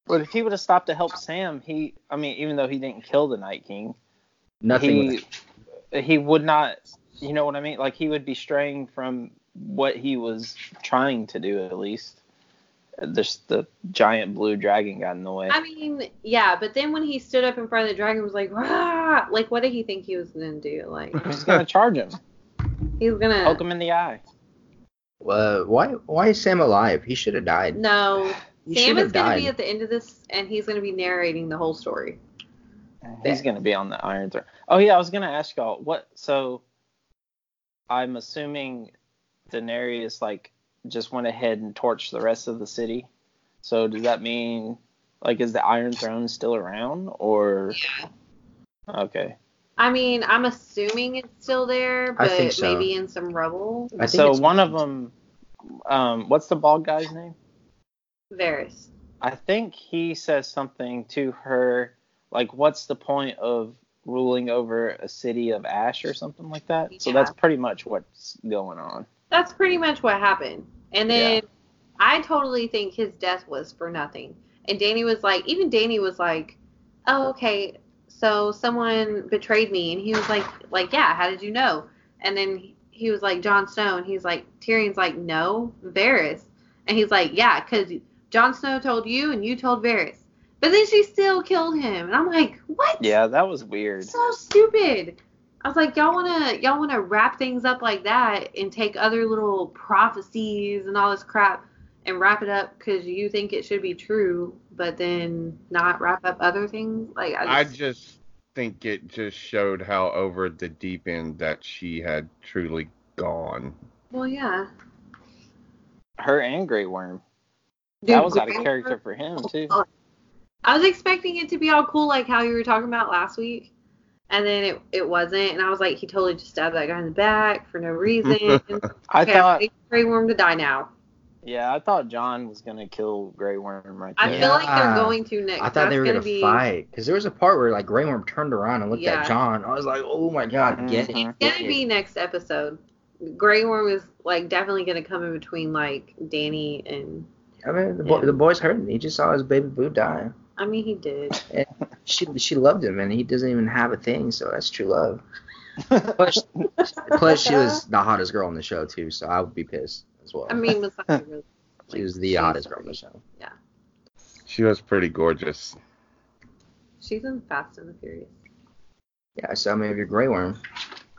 Speaker 4: But if he would have stopped to help Sam, he I mean, even though he didn't kill the Night King,
Speaker 3: Nothing.
Speaker 4: he
Speaker 3: with-
Speaker 4: he would not you know what I mean? Like he would be straying from what he was trying to do at least. There's the giant blue dragon got in the way.
Speaker 1: I mean, yeah, but then when he stood up in front of the dragon, was like, Rah! like, what did he think he was gonna do? Like,
Speaker 4: He's gonna charge him.
Speaker 1: he's gonna
Speaker 4: Poke him in the eye.
Speaker 3: Uh, why? Why is Sam alive? He should have died.
Speaker 1: no.
Speaker 3: He
Speaker 1: Sam
Speaker 3: should
Speaker 1: is
Speaker 3: have
Speaker 1: gonna
Speaker 3: died.
Speaker 1: be at the end of this, and he's gonna be narrating the whole story.
Speaker 4: He's gonna be on the Iron Throne. Oh yeah, I was gonna ask y'all what. So I'm assuming Daenerys like just went ahead and torched the rest of the city. So does that mean like is the Iron Throne still around or? Okay.
Speaker 1: I mean, I'm assuming it's still there,
Speaker 3: I
Speaker 1: but
Speaker 3: think so.
Speaker 1: maybe in some rubble.
Speaker 3: I think
Speaker 4: So
Speaker 3: it's-
Speaker 4: one of them, um, what's the bald guy's name?
Speaker 1: Varys.
Speaker 4: I think he says something to her like, "What's the point of ruling over a city of ash or something like that?" So
Speaker 1: Yeah.
Speaker 4: that's pretty much what's going on.
Speaker 1: That's pretty much what happened. And then I totally think his death was for nothing. And Danny was like, even Danny was like, oh, okay, so someone betrayed me. And he was like, like, yeah, how did you know? And then he was like, Jon Snow. And he's like, Tyrion's like, no, Varys. And he's like, yeah, because Jon Snow told you and you told Varys. But then she still killed him. And I'm like, what?
Speaker 4: Yeah, that was weird.
Speaker 1: So stupid. I was like, y'all wanna y'all wanna wrap things up like that and take other little prophecies and all this crap and wrap it up because you think it should be true, but then not wrap up other things. Like I
Speaker 2: I
Speaker 1: just,
Speaker 2: just think it just showed how over the deep end that she had truly gone.
Speaker 1: well, yeah.
Speaker 4: Her and Grey Worm.
Speaker 1: Dude,
Speaker 4: that was out of
Speaker 1: Grey
Speaker 4: character
Speaker 1: Worm-
Speaker 4: for him too.
Speaker 1: I was expecting it to be all cool like how you were talking about last week, and then it it wasn't, and I was like, he totally just stabbed that guy in the back for no reason.
Speaker 4: I
Speaker 1: okay, I'm
Speaker 4: thought,
Speaker 1: waiting for Grey Worm to die now.
Speaker 4: yeah, I thought John was gonna kill Grey Worm right
Speaker 1: I
Speaker 4: there.
Speaker 1: feel like they're
Speaker 3: Yeah.
Speaker 1: going to next.
Speaker 3: I thought
Speaker 1: That's
Speaker 3: they were gonna,
Speaker 1: be...
Speaker 3: fight because there was a part where like Grey Worm turned around and looked
Speaker 1: Yeah. Mm-hmm.
Speaker 3: at John. I was like, oh my god, get it.
Speaker 4: Mhm.
Speaker 1: It's
Speaker 3: Get
Speaker 1: gonna
Speaker 3: it.
Speaker 1: be next episode. Grey Worm is like definitely gonna come in between like Danny and
Speaker 3: I mean, the, bo-
Speaker 4: Yeah.
Speaker 3: the boy's hurting. He just saw his baby boo die.
Speaker 1: I mean he did.
Speaker 3: She she loved him, and he doesn't even have a thing, so that's true love. Plus, plus she was the hottest girl on the show too, so I would be pissed as well.
Speaker 1: I mean Masaki really
Speaker 3: she was the
Speaker 1: she's
Speaker 3: hottest girl on the
Speaker 1: pretty.
Speaker 3: show.
Speaker 2: She was pretty gorgeous.
Speaker 1: she's in Fast and the Furious.
Speaker 3: Yeah, so I mean, if you're Grey Worm,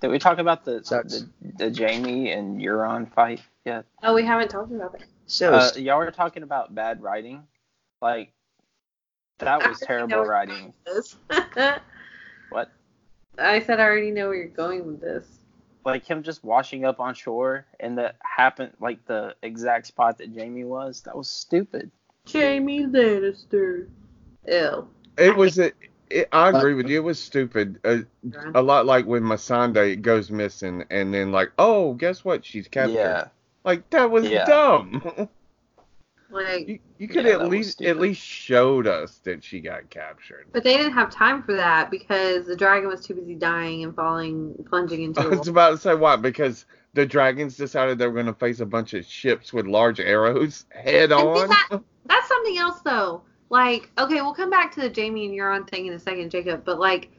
Speaker 4: Did we talk about the
Speaker 3: Sucks.
Speaker 4: the, the Jamie and Euron fight yet?
Speaker 1: Oh, we haven't talked about that.
Speaker 3: so
Speaker 4: Uh, y'all were talking about bad writing. Like that was
Speaker 1: I already know
Speaker 4: terrible
Speaker 1: where you're
Speaker 4: writing.
Speaker 1: going with this.
Speaker 4: What?
Speaker 1: I said I already know where you're going with this.
Speaker 4: Like him just washing up on shore and that happened like the exact spot that Jamie was. That was stupid.
Speaker 1: Jamie Lannister. Ew.
Speaker 2: It was a, it, I
Speaker 4: Uh,
Speaker 2: agree with you. It was stupid. Uh, a lot like when Masanda goes missing, and then like, oh, guess what? She's captured.
Speaker 4: Yeah.
Speaker 2: Like that was
Speaker 4: Yeah.
Speaker 2: dumb.
Speaker 1: Like
Speaker 2: you you could
Speaker 4: Yeah,
Speaker 2: at
Speaker 4: that was
Speaker 2: least at
Speaker 4: stupid.
Speaker 2: least showed us that she got captured.
Speaker 1: but they didn't have time for that because the dragon was too busy dying and falling plunging into
Speaker 2: I
Speaker 1: the
Speaker 2: was
Speaker 1: water.
Speaker 2: about to say why because the dragons decided they were going to face a bunch of ships with large arrows head
Speaker 1: And
Speaker 2: on.
Speaker 1: that- That's something else though. Like, okay, we'll come back to the Jamie and Euron thing in a second, Jacob, but like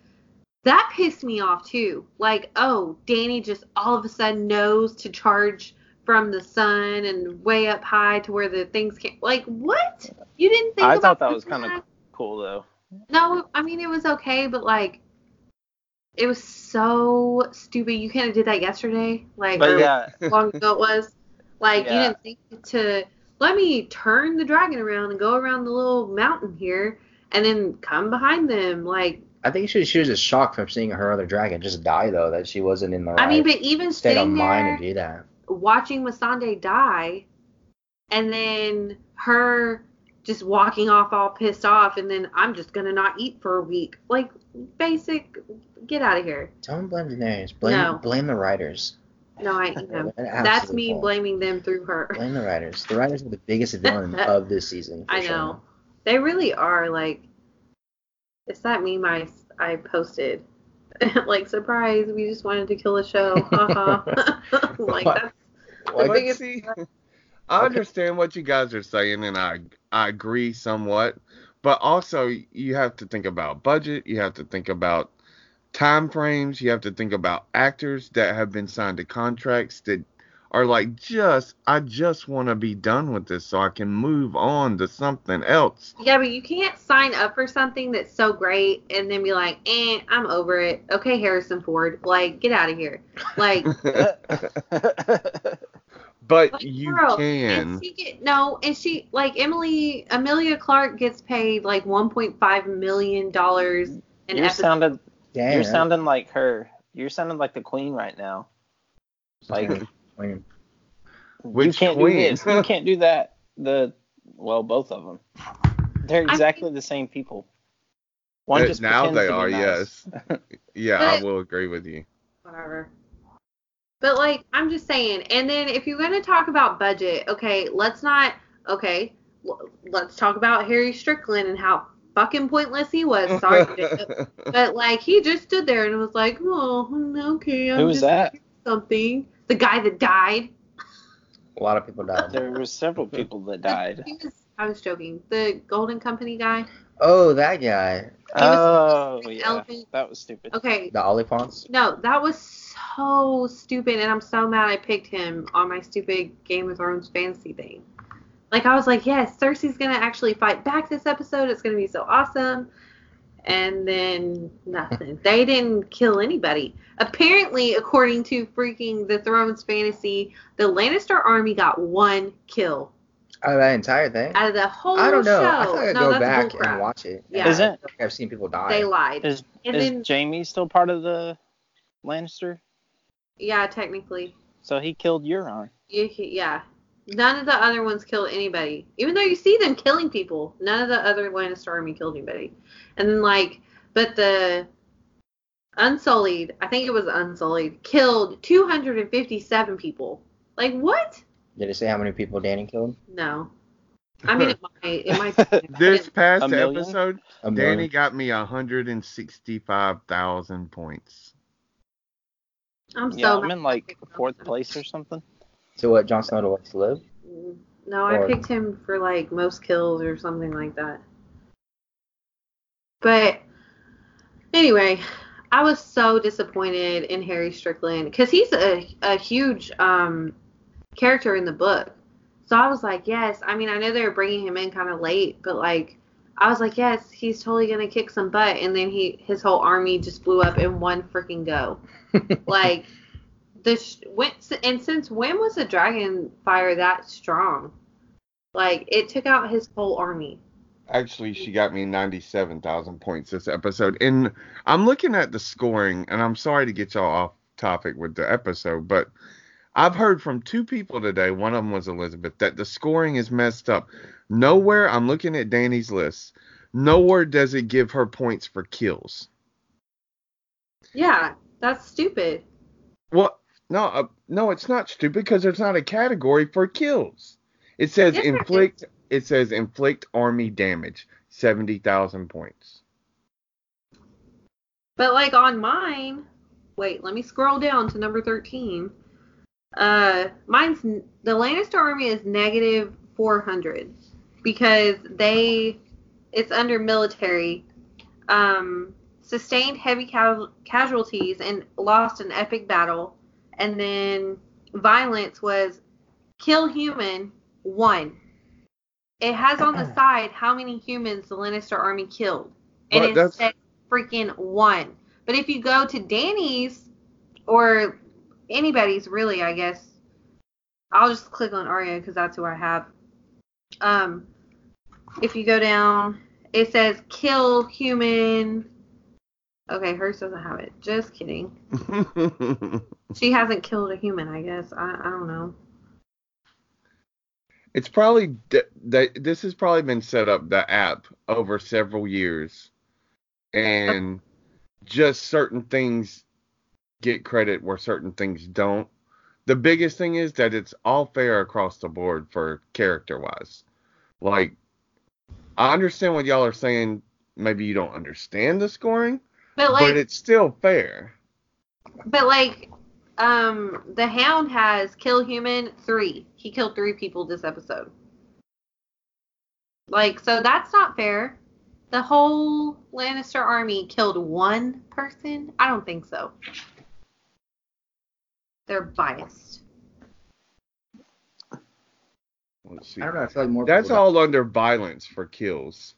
Speaker 1: that pissed me off too. Like, oh, Danny just all of a sudden knows to charge from the sun and way up high to where the things can like what? You didn't think
Speaker 4: I
Speaker 1: about
Speaker 4: thought that was kinda- Cool though.
Speaker 1: No, I mean it was okay, but like it was so stupid. You kind of did that yesterday. Like
Speaker 4: But
Speaker 1: or
Speaker 4: yeah,
Speaker 1: long ago it was. Like
Speaker 4: Yeah.
Speaker 1: you didn't think to let me turn the dragon around and go around the little mountain here and then come behind them. Like
Speaker 3: I think she, she was just shocked from seeing her other dragon just die though that she wasn't in the right
Speaker 1: I mean, but even
Speaker 3: state of
Speaker 1: sitting
Speaker 3: mind
Speaker 1: there
Speaker 3: to do that.
Speaker 1: watching Masande die and then her just walking off all pissed off and then I'm just gonna not eat for a week. Like basic get out of here.
Speaker 3: Don't blame the narrators. Blame
Speaker 1: No.
Speaker 3: blame the writers.
Speaker 1: No, I you know.
Speaker 3: An absolute
Speaker 1: That's me
Speaker 3: fault.
Speaker 1: blaming them through her.
Speaker 3: Blame the writers. The writers were the biggest villain of this season. for
Speaker 1: I
Speaker 3: sure.
Speaker 1: know. They really are like it's that meme I, I posted. like surprise, we just wanted to kill the show. Haha. like that's
Speaker 3: Like,
Speaker 1: The
Speaker 2: But
Speaker 1: biggest-
Speaker 2: see, I understand what you guys are saying, and I I agree somewhat, but also you have to think about budget. You have to think about time frames. You have to think about actors that have been signed to contracts that are like just I just want to be done with this so I can move on to something else.
Speaker 1: yeah, but you can't sign up for something that's so great and then be like, eh, I'm over it. Okay, Harrison Ford, like get out of here. Like
Speaker 2: But
Speaker 1: Like,
Speaker 2: you
Speaker 1: girl,
Speaker 2: can.
Speaker 1: And she get no, and she like Emily Amelia Clark gets paid like 1.5 million dollars an
Speaker 4: You're
Speaker 1: episode.
Speaker 4: sounding
Speaker 3: damn.
Speaker 4: you're sounding like her. You're sounding like the queen right now. Like
Speaker 3: Blame.
Speaker 4: you
Speaker 2: Which
Speaker 4: can't
Speaker 2: queen?
Speaker 4: do this. You can't do that. The well, both of them. They're
Speaker 1: think-
Speaker 4: exactly the same people. One
Speaker 2: Uh,
Speaker 4: just
Speaker 2: now
Speaker 4: pretends
Speaker 2: they
Speaker 4: to be
Speaker 2: are,
Speaker 4: nice.
Speaker 2: yes. Yeah, I
Speaker 1: But-
Speaker 2: will agree with you.
Speaker 1: whatever. But like, I'm just saying. And then if you're gonna talk about budget, okay, let's not. Okay, l- let's talk about Harry Strickland and how fucking pointless he was. Sorry, Jacob. but like, he just stood there and was like, "Oh, okay, I'm
Speaker 4: Who was
Speaker 1: just
Speaker 4: that?
Speaker 1: something." The guy that died.
Speaker 3: A lot of people died.
Speaker 4: There were several people that
Speaker 1: The-
Speaker 4: died.
Speaker 1: he was- I was joking. The Golden Company guy.
Speaker 3: Oh, that guy.
Speaker 4: Oh
Speaker 1: was an
Speaker 4: yeah,
Speaker 1: elephant.
Speaker 4: that was stupid.
Speaker 1: Okay,
Speaker 3: The Olipons.
Speaker 1: No, that was so stupid, and I'm so mad I picked him on my stupid Game of Thrones fantasy thing. Like I was like, yes, Cersei's gonna actually fight back this episode. It's gonna be so awesome. And then nothing. they didn't kill anybody. Apparently, according to freaking the Thrones fantasy, the Lannister army got one kill
Speaker 3: Out of Uh, that entire thing.
Speaker 1: out of the whole
Speaker 3: I don't know.
Speaker 1: show.
Speaker 3: I thought I'd
Speaker 1: no,
Speaker 3: go
Speaker 1: that's
Speaker 3: back
Speaker 1: bullcrap.
Speaker 3: and watch it.
Speaker 1: Yeah.
Speaker 4: Isn't-
Speaker 3: I think I've seen people die.
Speaker 1: They lied.
Speaker 4: Is
Speaker 1: and
Speaker 4: is
Speaker 1: then
Speaker 4: Jamie still part of the Lannister?
Speaker 1: yeah, technically.
Speaker 4: So he killed Euron.
Speaker 1: You, c- yeah. None of the other ones killed anybody. Even though you see them killing people, none of the other Lannister army killed anybody. And then, like, but the Unsullied, I think it was Unsullied, killed 257 people. Like, what?
Speaker 3: Did it say how many people Danny killed?
Speaker 1: No. I mean, it might. It might
Speaker 2: This past
Speaker 4: A million?
Speaker 2: episode,
Speaker 3: A
Speaker 2: Danny
Speaker 3: million.
Speaker 2: got me 165,000 points.
Speaker 1: I'm so.
Speaker 4: yeah, I'm
Speaker 1: mad.
Speaker 4: in like fourth place or something.
Speaker 3: So what? Jon Snow to let to live?
Speaker 1: No, I
Speaker 3: Or-
Speaker 1: picked him for like most kills or something like that. But anyway, I was so disappointed in Harry Strickland because he's a, a huge um, character in the book. So I was like, yes. I mean, I know they were bringing him in kind of late, but like, I was like, yes, he's totally gonna kick some butt. And then he, his whole army just blew up in one freaking go. like, the sh- when, and since when was the dragon fire that strong? Like, it took out his whole army.
Speaker 2: Actually, she got me 97,000 points this episode. And I'm looking at the scoring, and I'm sorry to get y'all off topic with the episode, but I've heard from two people today, one of them was Elizabeth, that the scoring is messed up. Nowhere, I'm looking at Danny's list, nowhere does it give her points for kills.
Speaker 1: Yeah, that's stupid.
Speaker 2: Well, no, uh, no, it's not stupid because there's not a category for kills. It says
Speaker 1: Yes, there is.
Speaker 2: inflict, it says inflict army damage, 70,000 points.
Speaker 1: But like on mine, wait, let me scroll down to number 13. Uh mine's n- the Lannister army is negative 400 because they it's under military um sustained heavy ca- casualties and lost an epic battle and then violence was kill human 1. It has on the side how many humans the Lannister army killed. And
Speaker 2: But
Speaker 1: it
Speaker 2: that's-
Speaker 1: says freaking one. But if you go to Danny's or anybody's really, I guess I'll just click on Arya because that's who I have. Um, if you go down, it says kill human. Okay, hers doesn't have it. Just kidding. She hasn't killed a human, I guess. I, I don't know.
Speaker 2: It's probably d- they, this has probably been set up the app over several years, and just certain things get credit where certain things don't. The biggest thing is that it's all fair across the board for character wise. Like, I understand what y'all are saying. Maybe you don't understand the scoring,
Speaker 1: But like,
Speaker 2: but it's still fair.
Speaker 1: But like, um, the Hound has kill human three. He killed three people this episode. Like, so that's not fair. The whole Lannister army killed one person. I don't think so. They're biased.
Speaker 2: Let's see.
Speaker 3: I don't know. I feel like more.
Speaker 2: That's
Speaker 3: people-
Speaker 2: all under violence for kills.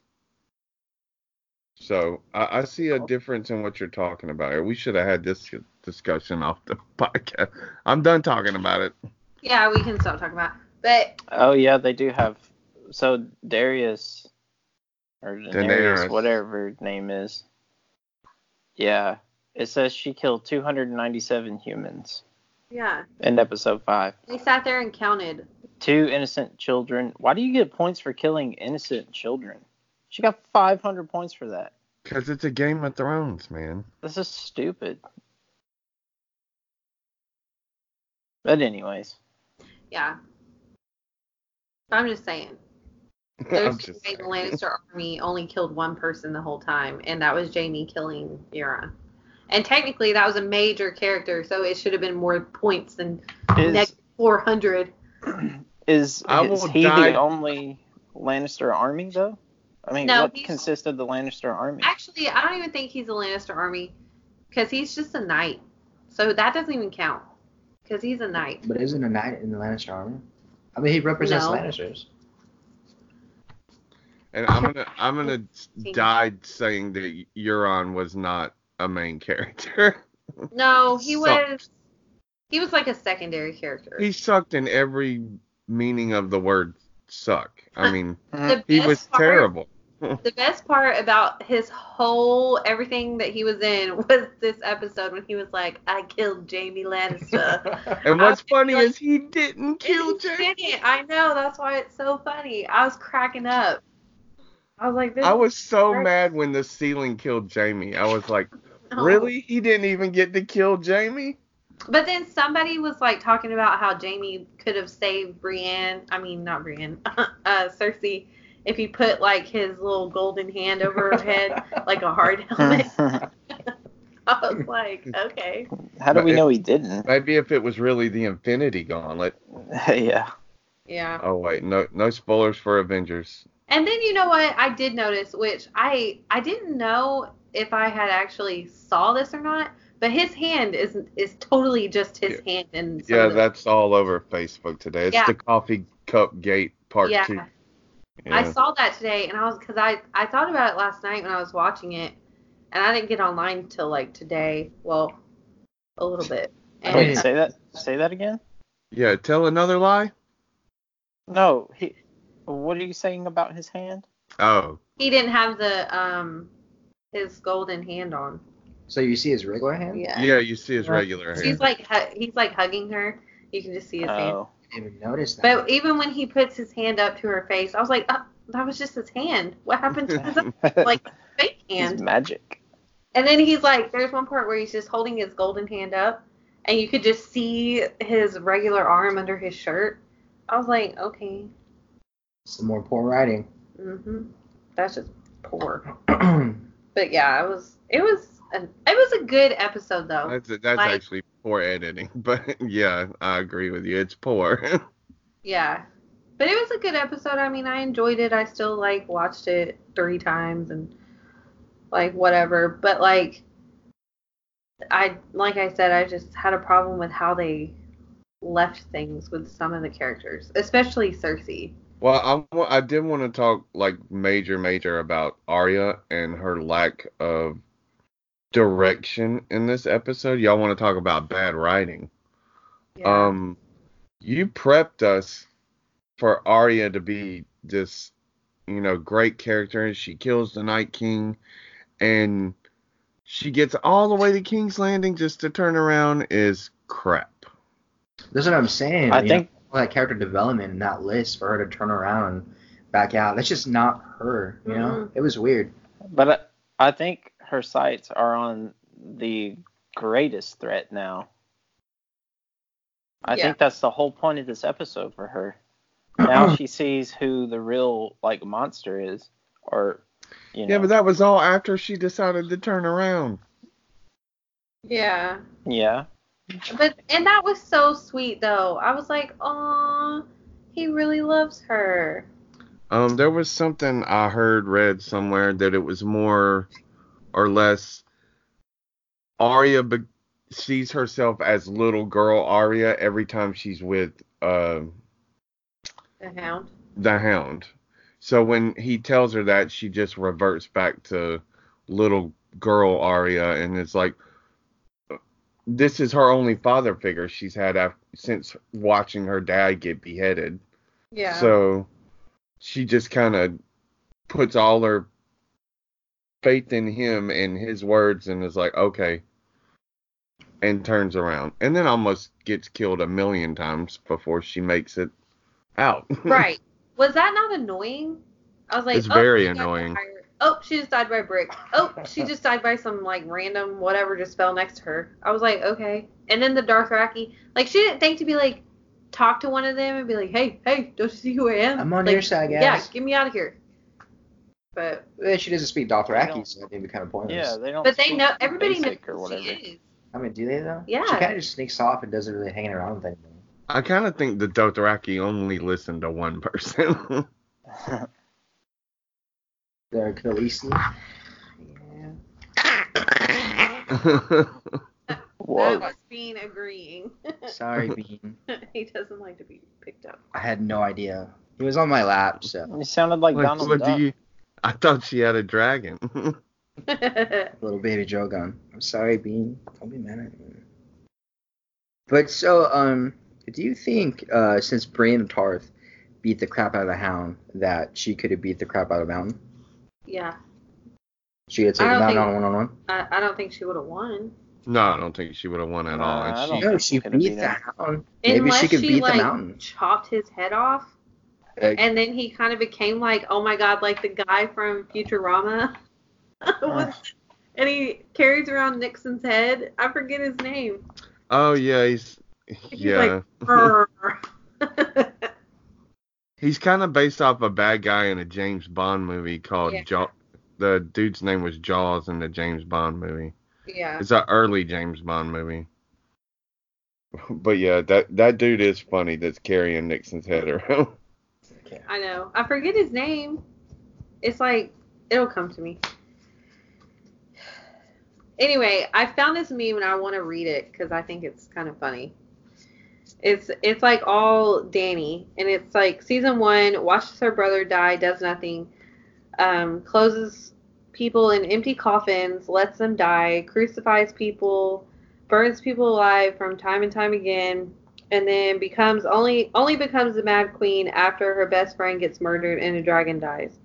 Speaker 2: So I, I see a difference in what you're talking about. here. We should have had this discussion off the podcast. I'm done talking about it.
Speaker 1: Yeah, we can stop talking about. But
Speaker 4: Oh yeah, they do have. So Darius or Daenerys,
Speaker 2: Daenerys.
Speaker 4: whatever her name is. Yeah, it says she killed 297 humans
Speaker 1: yeah,
Speaker 4: in episode five.
Speaker 1: they sat there and counted.
Speaker 4: Two innocent children. Why do you get points for killing innocent children? She got 500 points for that.
Speaker 2: Because it's a Game of Thrones, man.
Speaker 4: This is stupid. But anyways,
Speaker 1: Yeah. I'm just saying.
Speaker 2: I'm
Speaker 1: There's
Speaker 2: just
Speaker 1: the
Speaker 2: saying.
Speaker 1: Lannister army only killed one person the whole time, and that was Jamie killing Euron. And technically, that was a major character, so it should have been more points than
Speaker 4: is
Speaker 1: next 400.
Speaker 4: is,
Speaker 2: I
Speaker 4: is
Speaker 2: will
Speaker 4: he
Speaker 2: die-
Speaker 4: the only Lannister army though? I mean,
Speaker 1: No,
Speaker 4: what
Speaker 1: he's-
Speaker 4: consists of the Lannister army?
Speaker 1: Actually, I don't even think he's a Lannister army, because he's just a knight. So that doesn't even count, because he's a knight.
Speaker 3: But isn't a knight in the Lannister army? I mean, he represents
Speaker 1: No.
Speaker 3: Lannisters.
Speaker 2: And I'm gonna I'm gonna die saying that Euron was not a main character.
Speaker 1: No, he
Speaker 2: Sucked.
Speaker 1: was. He was like a secondary character.
Speaker 2: he sucked in every meaning of the word suck.
Speaker 1: Uh,
Speaker 2: I mean,
Speaker 4: Mhm.
Speaker 1: The
Speaker 2: he
Speaker 1: best
Speaker 2: was
Speaker 1: part-
Speaker 2: terrible.
Speaker 1: The best part about his whole everything that he was in was this episode when he was like, "I killed Jamie Lannister."
Speaker 2: And
Speaker 1: I
Speaker 2: what's
Speaker 1: was
Speaker 2: funny
Speaker 1: like-
Speaker 2: is he didn't kill
Speaker 1: And he
Speaker 2: Jamie.
Speaker 1: didn't. I know that's why it's so funny. I was cracking up. I was like, "This."
Speaker 2: I was so
Speaker 1: Right.
Speaker 2: mad when the ceiling killed Jamie. I was like,
Speaker 1: no.
Speaker 2: really? He didn't even get to kill Jamie?
Speaker 1: But then somebody was like talking about how Jamie could have saved Brienne. I mean, not Brienne, uh, Cersei, if he put like his little golden hand over her head like a hard helmet. I was like, okay.
Speaker 4: How do
Speaker 2: But
Speaker 4: we
Speaker 2: it-
Speaker 4: know he didn't?
Speaker 2: Maybe if it was really the Infinity Gauntlet.
Speaker 4: yeah.
Speaker 1: Yeah.
Speaker 2: Oh wait, no, no spoilers for Avengers.
Speaker 1: And then you know what I did notice, which I I didn't know if I had actually saw this or not, but his hand is is totally just his hand and
Speaker 2: Yeah, that's all over Facebook today. It's
Speaker 1: Yeah.
Speaker 2: the Coffee Cup Gate Part
Speaker 1: Yeah.
Speaker 2: Two.
Speaker 1: I saw that today and I was because I I thought about it last night when I was watching it, and I didn't get online till like today. Well, a little bit.
Speaker 3: I
Speaker 4: Wait,
Speaker 3: mean-
Speaker 1: And
Speaker 4: say that. Say that again.
Speaker 2: Yeah, tell another lie.
Speaker 4: No. He. What are you saying about his hand?
Speaker 2: Oh,
Speaker 1: he didn't have the um his golden hand on.
Speaker 3: So you see his regular hand?
Speaker 1: Yeah.
Speaker 2: yeah, you see his
Speaker 4: Yeah.
Speaker 2: regular hair.
Speaker 1: He's like hu- he's like hugging her. You can just see his hand.
Speaker 4: Oh.
Speaker 3: I didn't even notice that.
Speaker 1: But even when he puts his hand up to her face, I was like, oh, that was just his hand. What happened to his like fake
Speaker 4: It's
Speaker 1: hand?
Speaker 4: magic.
Speaker 1: And then he's like, there's one part where he's just holding his golden hand up, and you could just see his regular arm under his shirt. I was like, okay,
Speaker 3: Some more poor writing.
Speaker 1: hmm that's just poor.
Speaker 3: I
Speaker 1: But yeah, it was it was an, it was a good episode though.
Speaker 2: That's that's
Speaker 1: Like-
Speaker 2: actually poor editing, but yeah, I agree with you. It's poor.
Speaker 1: Yeah. But it was a good episode. I mean, I enjoyed it. I still like watched it three times and like whatever. But like I like I said, I just had a problem with how they left things with some of the characters, especially Cersei.
Speaker 2: Well, I, wa- I did want to talk like major, major about Arya and her lack of direction in this episode. Y'all want to talk about bad writing?
Speaker 1: Yeah.
Speaker 2: Um, you prepped us for Arya to be this, you know, great character, and she kills the Night King, and she gets all the way to King's Landing just to turn around is crap.
Speaker 3: That's what I'm saying.
Speaker 4: I
Speaker 3: you
Speaker 4: think
Speaker 3: all that character development in that list for her to turn around and back out. That's just not her, you
Speaker 1: Mm-hmm.
Speaker 3: know? It was weird.
Speaker 4: But I, I think her sights are on the greatest threat now. I
Speaker 1: Yeah.
Speaker 4: think that's the whole point of this episode for her. Now she sees who the real like monster is, or you know,
Speaker 2: Yeah, but that was all after she decided to turn around.
Speaker 1: Yeah.
Speaker 4: yeah.
Speaker 1: But and that was so sweet though. I was like, "Aw, he really loves her."
Speaker 2: Um, there was something I heard read somewhere that it was more or less Arya be- sees herself as little girl Arya every time she's with uh,
Speaker 1: The hound.
Speaker 2: the Hound. So when he tells her that, she just reverts back to little girl Arya, and it's like this is her only father figure she's had af- since watching her dad get beheaded.
Speaker 1: Yeah.
Speaker 2: So she just kind of puts all her faith in him and his words and is like, okay, and turns around. And then almost gets killed a million times before she makes it out.
Speaker 1: right. Was that not annoying? I was like,
Speaker 2: It's
Speaker 1: "Oh,
Speaker 2: very
Speaker 1: she got
Speaker 2: annoying.
Speaker 1: fired. Oh, she just died by a brick. Oh, she just died by some like random whatever just fell next to her. I was like, okay. And then the Dothraki, like she didn't think to be like talk to one of them and be like, hey, hey, don't you see who I am?
Speaker 3: I'm on
Speaker 1: Like,
Speaker 3: your side, guys.
Speaker 1: Yeah, get me out of here. But
Speaker 3: Eh, She doesn't speak
Speaker 4: They
Speaker 3: Dothraki,
Speaker 4: don't-
Speaker 3: so that'd be kind of pointless.
Speaker 4: Yeah, they don't.
Speaker 1: but they
Speaker 4: speak
Speaker 1: know everybody knows
Speaker 4: Oh, basic or
Speaker 1: who
Speaker 4: whatever.
Speaker 1: she is.
Speaker 3: I mean, do they though?
Speaker 1: Yeah.
Speaker 3: She kind of just sneaks off and doesn't really hang around with anyone.
Speaker 2: I kind of think the Dothraki only listen to one person.
Speaker 3: They're Khaleesi.
Speaker 1: Yeah.
Speaker 4: Whoa.
Speaker 1: That was Bean agreeing.
Speaker 3: Sorry, Bean.
Speaker 1: he doesn't like to be picked up.
Speaker 3: I had no idea. He was on my lap, so
Speaker 4: It sounded like,
Speaker 2: Like,
Speaker 4: Donald
Speaker 2: what do
Speaker 4: Duck.
Speaker 2: you- I thought she had a dragon.
Speaker 3: little baby Joe gun. I'm sorry, Bean. Don't be mad at me. But so, um, do you think uh, since Brienne of Tarth beat the crap out of the Hound, that she could have beat the crap out of Mountain?
Speaker 1: yeah,
Speaker 3: She could
Speaker 1: I
Speaker 3: have taken
Speaker 1: don't
Speaker 3: Mountain
Speaker 1: think-
Speaker 3: on one on one.
Speaker 1: I, I don't think she would have won
Speaker 2: no, I don't think she would have won at
Speaker 4: Nah,
Speaker 2: all.
Speaker 4: I
Speaker 2: And she,
Speaker 4: don't
Speaker 3: No,
Speaker 4: think
Speaker 3: she
Speaker 4: she could have
Speaker 3: beat
Speaker 4: beat
Speaker 3: the
Speaker 4: him.
Speaker 3: Hound. Maybe
Speaker 1: unless
Speaker 3: she could beat
Speaker 1: like,
Speaker 3: the Mountain.
Speaker 1: Chopped his head off,
Speaker 3: Like,
Speaker 1: and then he kind of became like, oh my god, like the guy from Futurama,
Speaker 3: Uh.
Speaker 1: With- and he carries around Nixon's head. I forget his name.
Speaker 2: oh, yeah, he's.
Speaker 1: He's
Speaker 2: yeah.
Speaker 1: like, "Brr."
Speaker 2: He's kind of based off a bad guy in a James Bond movie called
Speaker 1: Yeah.
Speaker 2: Jaw. The dude's name was Jaws in the James Bond movie.
Speaker 1: yeah,
Speaker 2: It's an early James Bond movie. But yeah, that that dude is funny. That's carrying Nixon's head around.
Speaker 1: I know. I forget his name. It's like it'll come to me. Anyway, I found this meme and I want to read it because I think it's kind of funny. It's it's like all Danny, and it's like season one watches her brother die, does nothing, um, closes people in empty coffins, lets them die, crucifies people, burns people alive from time and time again, and then becomes only only becomes the Mad Queen after her best friend gets murdered and a dragon dies.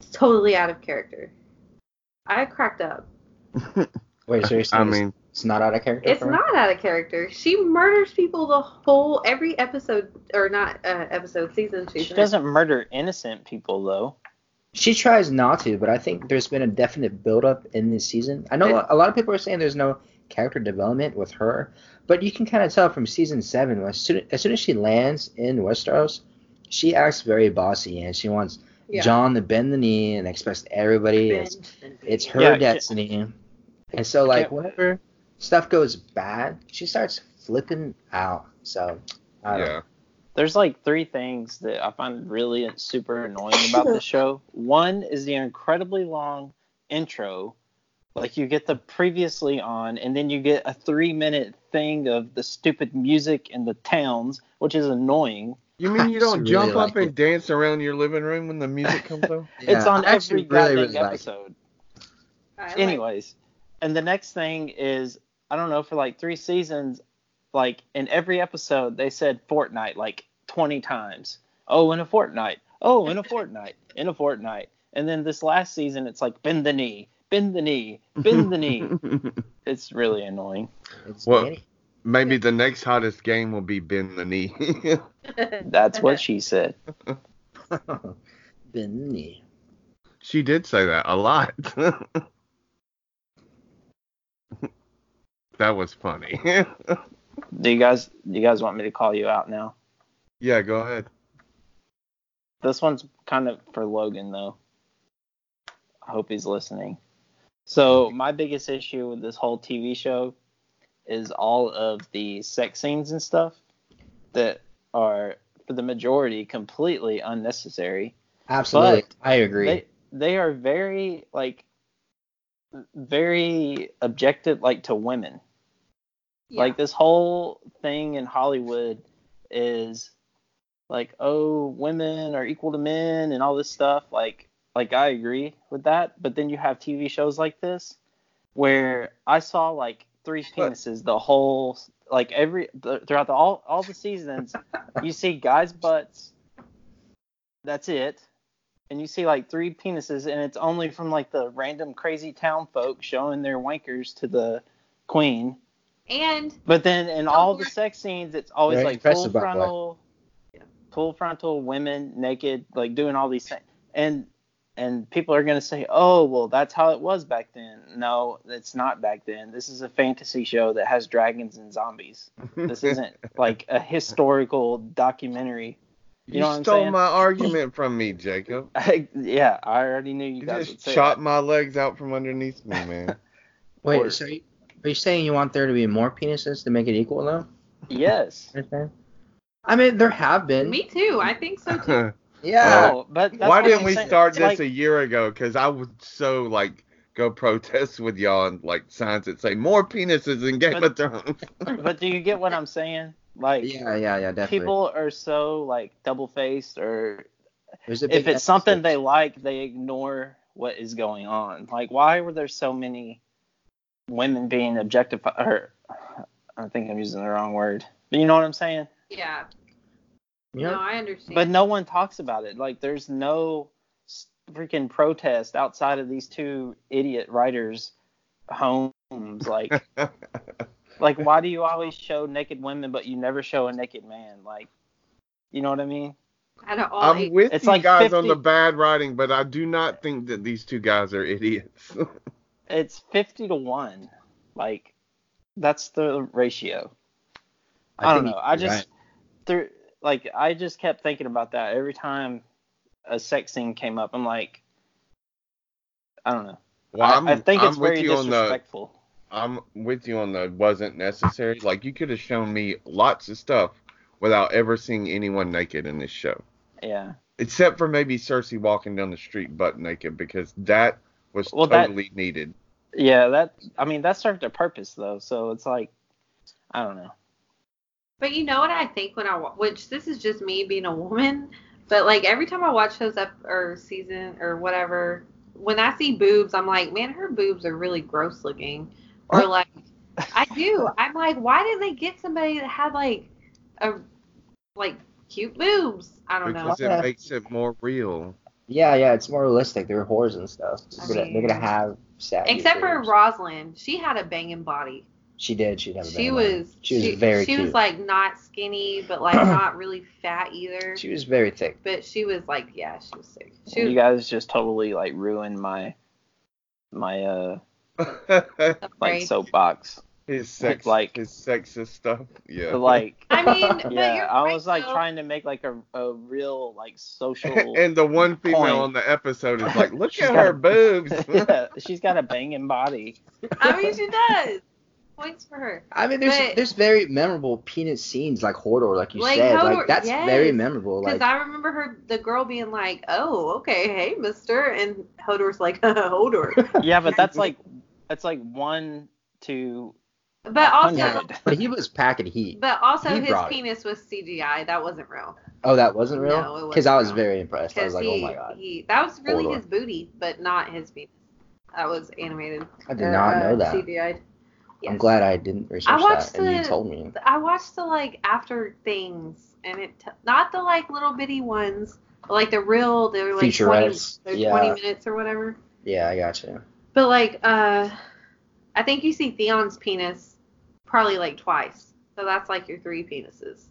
Speaker 1: It's totally out of character. I cracked up.
Speaker 3: wait, seriously?
Speaker 2: I mean,
Speaker 3: it's not out of character.
Speaker 1: It's
Speaker 3: for her?
Speaker 1: not out of character. She murders people the whole every episode or not uh, episode season two.
Speaker 4: She doesn't murder innocent people though.
Speaker 3: She tries not to, but I think there's been a definite buildup in this season. I know a lot of people are saying there's no character development with her, but you can kind of tell from season seven as soon as, soon as she lands in Westeros, she acts very bossy and she wants
Speaker 1: Yeah.
Speaker 3: John to bend the knee and express to everybody it's, it's her
Speaker 4: Yeah, yeah.
Speaker 3: destiny. And so like
Speaker 4: Yeah.
Speaker 3: whenever stuff goes bad, she starts flipping out. So I don't
Speaker 2: yeah.
Speaker 4: There's like three things that I find really super annoying about the show. One is the incredibly long intro. Like you get the previously on, and then you get a three minute thing of the stupid music and the towns, which is annoying.
Speaker 2: You mean you
Speaker 3: I just
Speaker 2: don't
Speaker 3: really
Speaker 2: jump
Speaker 3: like
Speaker 2: up and
Speaker 3: it.
Speaker 2: dance around your living room when the music comes on?
Speaker 3: Yeah,
Speaker 4: it's on
Speaker 3: I actually
Speaker 4: every
Speaker 3: really,
Speaker 4: goddamn
Speaker 3: really like it.
Speaker 4: episode.
Speaker 1: I like-
Speaker 4: Anyways, and the next thing is I don't know for like three seasons, like in every episode they said Fortnite like 20 times. Oh, in a fortnight. Oh, in a fortnight. In a fortnight. And then this last season it's like bend the knee, bend the knee, bend the knee. It's really annoying.
Speaker 3: It's
Speaker 2: Well,
Speaker 3: Dany.
Speaker 2: Maybe the next hottest game will be bend the knee.
Speaker 4: That's what she said.
Speaker 5: Benny.
Speaker 2: she did say that a lot. that was funny.
Speaker 4: Do you guys do you guys want me to call you out now?
Speaker 2: yeah, go ahead.
Speaker 4: This one's kind of for Logan though. I hope he's listening. So my biggest issue with this whole TV show is all of the sex scenes and stuff that are for the majority completely unnecessary.
Speaker 5: Absolutely. I agree.
Speaker 4: They they are very like very objective like to women.
Speaker 1: Yeah.
Speaker 4: Like this whole thing in Hollywood is like, oh, women are equal to men and all this stuff. Like, like I agree with that. But then you have TV shows like this where I saw like three penises the whole like every th- throughout the, all all the seasons. you see guys' butts. That's it. And you see like three penises, and it's only from like the random crazy town folk showing their wankers to the queen.
Speaker 1: And
Speaker 4: But then in all the sex scenes, it's always
Speaker 5: Very
Speaker 4: like full
Speaker 5: impressive, by the way.
Speaker 4: frontal, full frontal women naked, like doing all these things. And and people are gonna say, oh well, that's how it was back then. No, that's not back then. This is a fantasy show that has dragons and zombies. This isn't like a historical documentary. You,
Speaker 2: You,
Speaker 4: know what I'm
Speaker 2: stole
Speaker 4: saying?
Speaker 2: my argument from me, Jacob.
Speaker 4: I, yeah, I already knew you,
Speaker 2: You
Speaker 4: guys would
Speaker 2: just
Speaker 4: say
Speaker 2: chopped my legs out from underneath me, man.
Speaker 5: Wait,
Speaker 4: or-
Speaker 5: so you- are you saying you want there to be more penises to make it equal, though?
Speaker 4: that. Yes.
Speaker 5: Understand? I mean, there have been.
Speaker 1: me too. I think so too.
Speaker 5: Yeah.
Speaker 4: No, but that's
Speaker 2: Why
Speaker 4: what
Speaker 2: didn't
Speaker 4: I'm
Speaker 2: we
Speaker 4: saying.
Speaker 2: start this
Speaker 4: Like-
Speaker 2: a year ago? Because I would so like go protest with y'all and like signs that say more penises in Game
Speaker 4: But-
Speaker 2: of Thrones.
Speaker 4: but do you get what I'm saying? Like,
Speaker 5: Yeah, yeah, yeah, definitely.
Speaker 4: people are so like double faced or
Speaker 5: There's a
Speaker 4: if
Speaker 5: big
Speaker 4: it's something
Speaker 5: emphasis.
Speaker 4: they like they ignore what is going on like why were there so many women being objectified or i think i'm using the wrong word but you know what i'm saying
Speaker 1: Yeah.
Speaker 5: Yeah.
Speaker 1: No, I understand.
Speaker 4: but no one talks about it like there's no s- freaking protest outside of these two idiot writers homes like like why do you always show naked women but you never show a naked man like you know what i mean
Speaker 1: Out of all
Speaker 2: I'm
Speaker 1: eight-
Speaker 2: with
Speaker 4: It's
Speaker 2: you
Speaker 4: like
Speaker 2: guys
Speaker 4: 50
Speaker 2: on the bad writing, but I do not think that these two guys are idiots.
Speaker 4: it's 50 to 1 like that's the ratio i, don't
Speaker 5: think
Speaker 4: know
Speaker 5: you're
Speaker 4: i just
Speaker 5: right.
Speaker 4: through like i just kept thinking about that every time a sex scene came up i'm like i don't know
Speaker 2: well,
Speaker 4: I,
Speaker 2: I'm,
Speaker 4: I think
Speaker 2: I'm
Speaker 4: it's
Speaker 2: with
Speaker 4: very
Speaker 2: you on the
Speaker 4: disrespectful
Speaker 2: I'm with you on the wasn't necessary. Like you could have shown me lots of stuff without ever seeing anyone naked in this show.
Speaker 4: yeah
Speaker 2: Except for maybe Cersei walking down the street butt naked because that was
Speaker 4: Well, that-
Speaker 2: totally needed.
Speaker 4: yeah that i mean that served a purpose though so it's like i don't know
Speaker 1: But you know what I think when I wa- which this is just me being a woman, but like every time I watch shows up or season or whatever, when I see boobs, I'm like, man, her boobs are really gross looking. Or like, I do. I'm like, why did they get somebody that had like a like cute boobs? I don't know.
Speaker 2: Because it makes it more real.
Speaker 5: Yeah, yeah, it's more realistic. They're whores and stuff.
Speaker 1: I
Speaker 5: They're, gonna, they're gonna
Speaker 1: mean-
Speaker 5: have sad.
Speaker 1: Except for Rosalind, she had a banging body.
Speaker 5: She did. She never.
Speaker 1: She was
Speaker 5: She was very
Speaker 1: She was
Speaker 5: cute.
Speaker 1: like not skinny, but like not really fat either.
Speaker 5: She was very thick.
Speaker 1: But she was like, yeah, she was sick. She was
Speaker 4: you guys just totally like ruined my my uh like
Speaker 1: afraid.
Speaker 4: soapbox
Speaker 2: his sex like
Speaker 4: Like-
Speaker 2: his sexist stuff. Yeah.
Speaker 4: but like
Speaker 1: I mean, but
Speaker 4: yeah,
Speaker 1: you're
Speaker 4: I
Speaker 1: right,
Speaker 4: was like
Speaker 1: though.
Speaker 4: trying to make like a, a real like social.
Speaker 2: and the one female
Speaker 4: Point.
Speaker 2: on the episode is like, look
Speaker 4: She's
Speaker 2: at
Speaker 4: got
Speaker 2: her
Speaker 4: a-
Speaker 2: boobs.
Speaker 4: Yeah, she's got a banging body.
Speaker 1: I mean, she does. Points for her.
Speaker 5: I mean, there's
Speaker 1: But-
Speaker 5: there's very memorable penis scenes like Hodor, like you
Speaker 1: Like
Speaker 5: said.
Speaker 1: Hodor,
Speaker 5: like that's very
Speaker 1: yes.
Speaker 5: memorable.
Speaker 1: Because
Speaker 5: Like
Speaker 1: I remember her, the girl being like, "Oh, okay, hey, Mister," and Hodor's like, "Hodor,"
Speaker 4: Yeah, but that's like that's like one to
Speaker 1: but also,
Speaker 4: hundred.
Speaker 5: but he was packing heat.
Speaker 1: but also
Speaker 5: He
Speaker 1: his
Speaker 5: brought it.
Speaker 1: penis was CGI. That wasn't real.
Speaker 5: Oh, that wasn't
Speaker 1: No, it
Speaker 5: real.
Speaker 1: wasn't
Speaker 5: Because I was
Speaker 1: real.
Speaker 5: very impressed. I
Speaker 1: Because
Speaker 5: was like,
Speaker 1: he,
Speaker 5: oh my god,
Speaker 1: he, that was really
Speaker 5: Hodor.
Speaker 1: his booty, but not his penis. That was animated.
Speaker 5: I did
Speaker 1: uh,
Speaker 5: not know that.
Speaker 1: CGI.
Speaker 5: I'm glad I didn't research
Speaker 1: watched
Speaker 5: that and you
Speaker 1: the-
Speaker 5: told me.
Speaker 1: I watched the like after things, and it t- not the like little bitty ones, but, like the real, they're like 20,
Speaker 5: Featurettes,
Speaker 1: they're
Speaker 5: yeah.
Speaker 1: 20 minutes or whatever.
Speaker 5: Yeah, I got you.
Speaker 1: But like, uh, I think you see Theon's penis probably like twice. So that's like your three penises.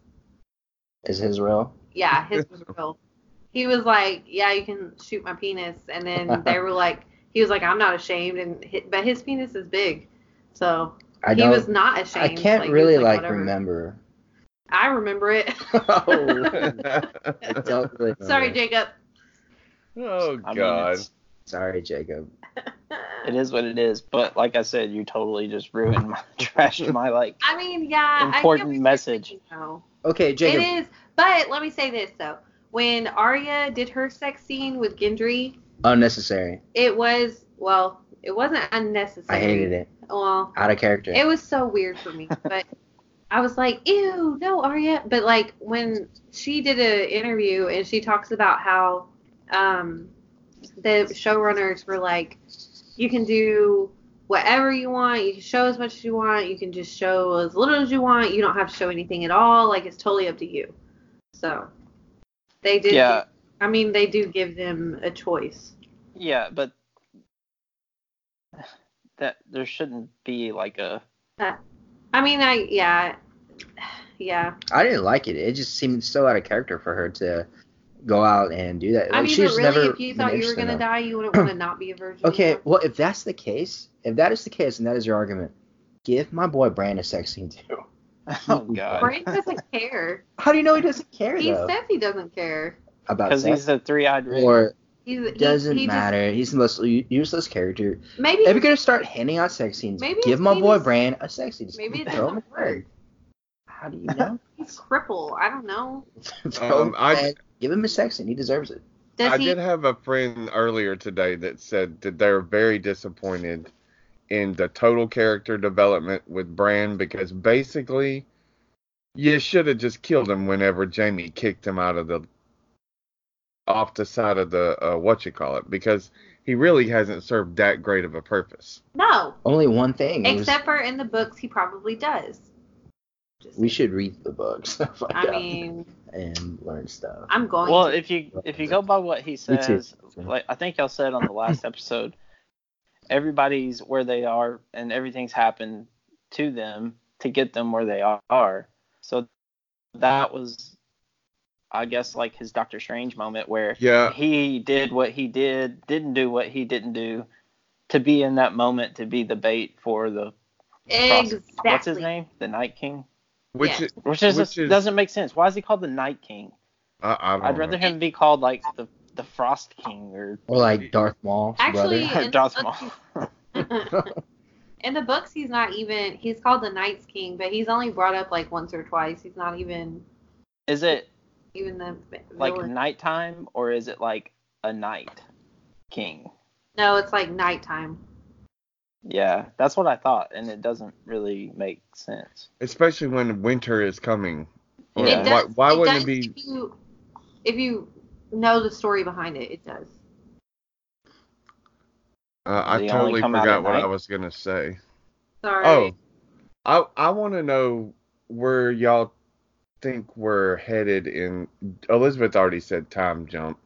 Speaker 5: Is his real?
Speaker 1: Yeah, his was real. He was like, "Yeah, you can shoot my penis," and then they were like, "He was like, I'm not ashamed," and hit, but his penis is big, so
Speaker 5: I
Speaker 1: he
Speaker 5: don't-
Speaker 1: was not ashamed.
Speaker 5: I can't
Speaker 1: he was
Speaker 5: really like,
Speaker 1: whatever.
Speaker 5: remember.
Speaker 1: I remember it.
Speaker 5: I don't really remember.
Speaker 1: Sorry, Jacob.
Speaker 2: oh
Speaker 4: I mean,
Speaker 2: God.
Speaker 4: it's-
Speaker 5: Sorry, Jacob.
Speaker 1: Uh,
Speaker 4: it is what it is. But like I said, you totally just ruined my trashed my like.
Speaker 1: I mean, yeah. I get
Speaker 4: Important
Speaker 1: what you're
Speaker 4: message.
Speaker 1: thinking, though.
Speaker 5: Okay, Jacob.
Speaker 1: It is, but let me say this though: when Arya did her sex scene with Gendry,
Speaker 5: Unnecessary.
Speaker 1: it was well, it wasn't unnecessary.
Speaker 5: I hated it.
Speaker 1: Well,
Speaker 5: Out of character.
Speaker 1: it was so weird for me, but I was like, ew, no, Arya. But like when she did an interview and she talks about how um, the showrunners were like, you can do whatever you want, you can show as much as you want, you can just show as little as you want, you don't have to show anything at all. Like it's totally up to you. So they did.
Speaker 4: Yeah,
Speaker 1: I mean, they do give them a choice.
Speaker 4: yeah, but that there shouldn't be like a
Speaker 1: I mean, I yeah, yeah.
Speaker 5: I didn't like it. It just seemed so out of character for her to go out and do that.
Speaker 1: I
Speaker 5: Like,
Speaker 1: mean,
Speaker 5: she
Speaker 1: but
Speaker 5: was
Speaker 1: really,
Speaker 5: never
Speaker 1: if you
Speaker 5: been
Speaker 1: thought you were
Speaker 5: interesting
Speaker 1: gonna
Speaker 5: enough.
Speaker 1: die, you wouldn't want to not be a virgin.
Speaker 5: Okay,
Speaker 1: anymore.
Speaker 5: well, if that's the case, if that is the case, and that is your argument, give my boy Bran a sex scene too.
Speaker 4: oh god
Speaker 1: Brand doesn't care.
Speaker 5: How do you know he doesn't care
Speaker 1: He
Speaker 5: though
Speaker 1: says he doesn't care.
Speaker 5: about
Speaker 4: because
Speaker 5: sex?
Speaker 4: he's a three-eyed red.
Speaker 5: Or
Speaker 1: He's, he-
Speaker 5: doesn't
Speaker 1: he, just-
Speaker 5: matter. he's the most u- useless character.
Speaker 1: maybe
Speaker 5: If you're gonna start handing out sex scenes,
Speaker 1: Maybe
Speaker 5: give
Speaker 1: his
Speaker 5: my boy
Speaker 1: penis-
Speaker 5: Bran a sex scene. Just
Speaker 1: maybe it
Speaker 5: throw him
Speaker 1: doesn't
Speaker 5: a bird. How do you know?
Speaker 1: he's crippled. I don't know.
Speaker 5: Throw him
Speaker 2: Um, I-
Speaker 5: a- give him a sex scene. He deserves it.
Speaker 1: Does
Speaker 2: I
Speaker 1: he?
Speaker 2: did have a friend earlier today that said that they're very disappointed in the total character development with Bran because basically you should have just killed him whenever Jamie kicked him out of the off the side of the uh, what you call it because he really hasn't served that great of a purpose.
Speaker 1: No.
Speaker 5: Only one thing. it was-
Speaker 1: Except for in the books, he probably does. Just-
Speaker 5: we should read the books. Find
Speaker 1: I
Speaker 5: out
Speaker 1: mean,
Speaker 5: and learn stuff.
Speaker 1: I'm going.
Speaker 4: Well,
Speaker 1: to.
Speaker 4: if you if you go by what he
Speaker 5: Me too.
Speaker 4: says, like I think y'all said on the last episode, everybody's where they are and everything's happened to them to get them where they are. So that was, I guess, like his Doctor Strange moment where
Speaker 2: Yeah,
Speaker 4: he did what he did, didn't do what he didn't do, to be in that moment to be the bait for the
Speaker 1: exactly.
Speaker 4: what's his name, the Night King,
Speaker 2: which
Speaker 1: Yes.
Speaker 4: which is,
Speaker 2: Which is-
Speaker 4: doesn't make sense. Why is he called the Night King?
Speaker 2: I, I don't
Speaker 4: I'd rather
Speaker 2: know.
Speaker 4: him be called like the the Frost King or
Speaker 5: Or like Darth Maul.
Speaker 1: Actually,
Speaker 5: brother.
Speaker 1: in the
Speaker 4: Darth
Speaker 1: books,
Speaker 4: Maul.
Speaker 1: in the books, he's not even. He's called the Night's King, but he's only brought up like once or twice. He's not even
Speaker 4: Is it
Speaker 1: even the
Speaker 4: like
Speaker 1: villain.
Speaker 4: nighttime or is it like a night king?
Speaker 1: no. It's like nighttime.
Speaker 4: Yeah, that's what I thought, and it doesn't really make sense.
Speaker 2: Especially when winter is coming. Or
Speaker 4: Yeah.
Speaker 1: It
Speaker 2: why
Speaker 1: does.
Speaker 2: why
Speaker 1: it
Speaker 2: wouldn't
Speaker 1: does
Speaker 2: it be
Speaker 1: If you, if you know the story behind it, it does.
Speaker 2: uh,
Speaker 4: They
Speaker 2: I
Speaker 4: only
Speaker 2: totally
Speaker 4: come out at
Speaker 2: forgot what I
Speaker 4: night?
Speaker 2: was going to say.
Speaker 1: Sorry.
Speaker 2: Oh, I I want to know where y'all think we're headed in. Elizabeth already said time jump,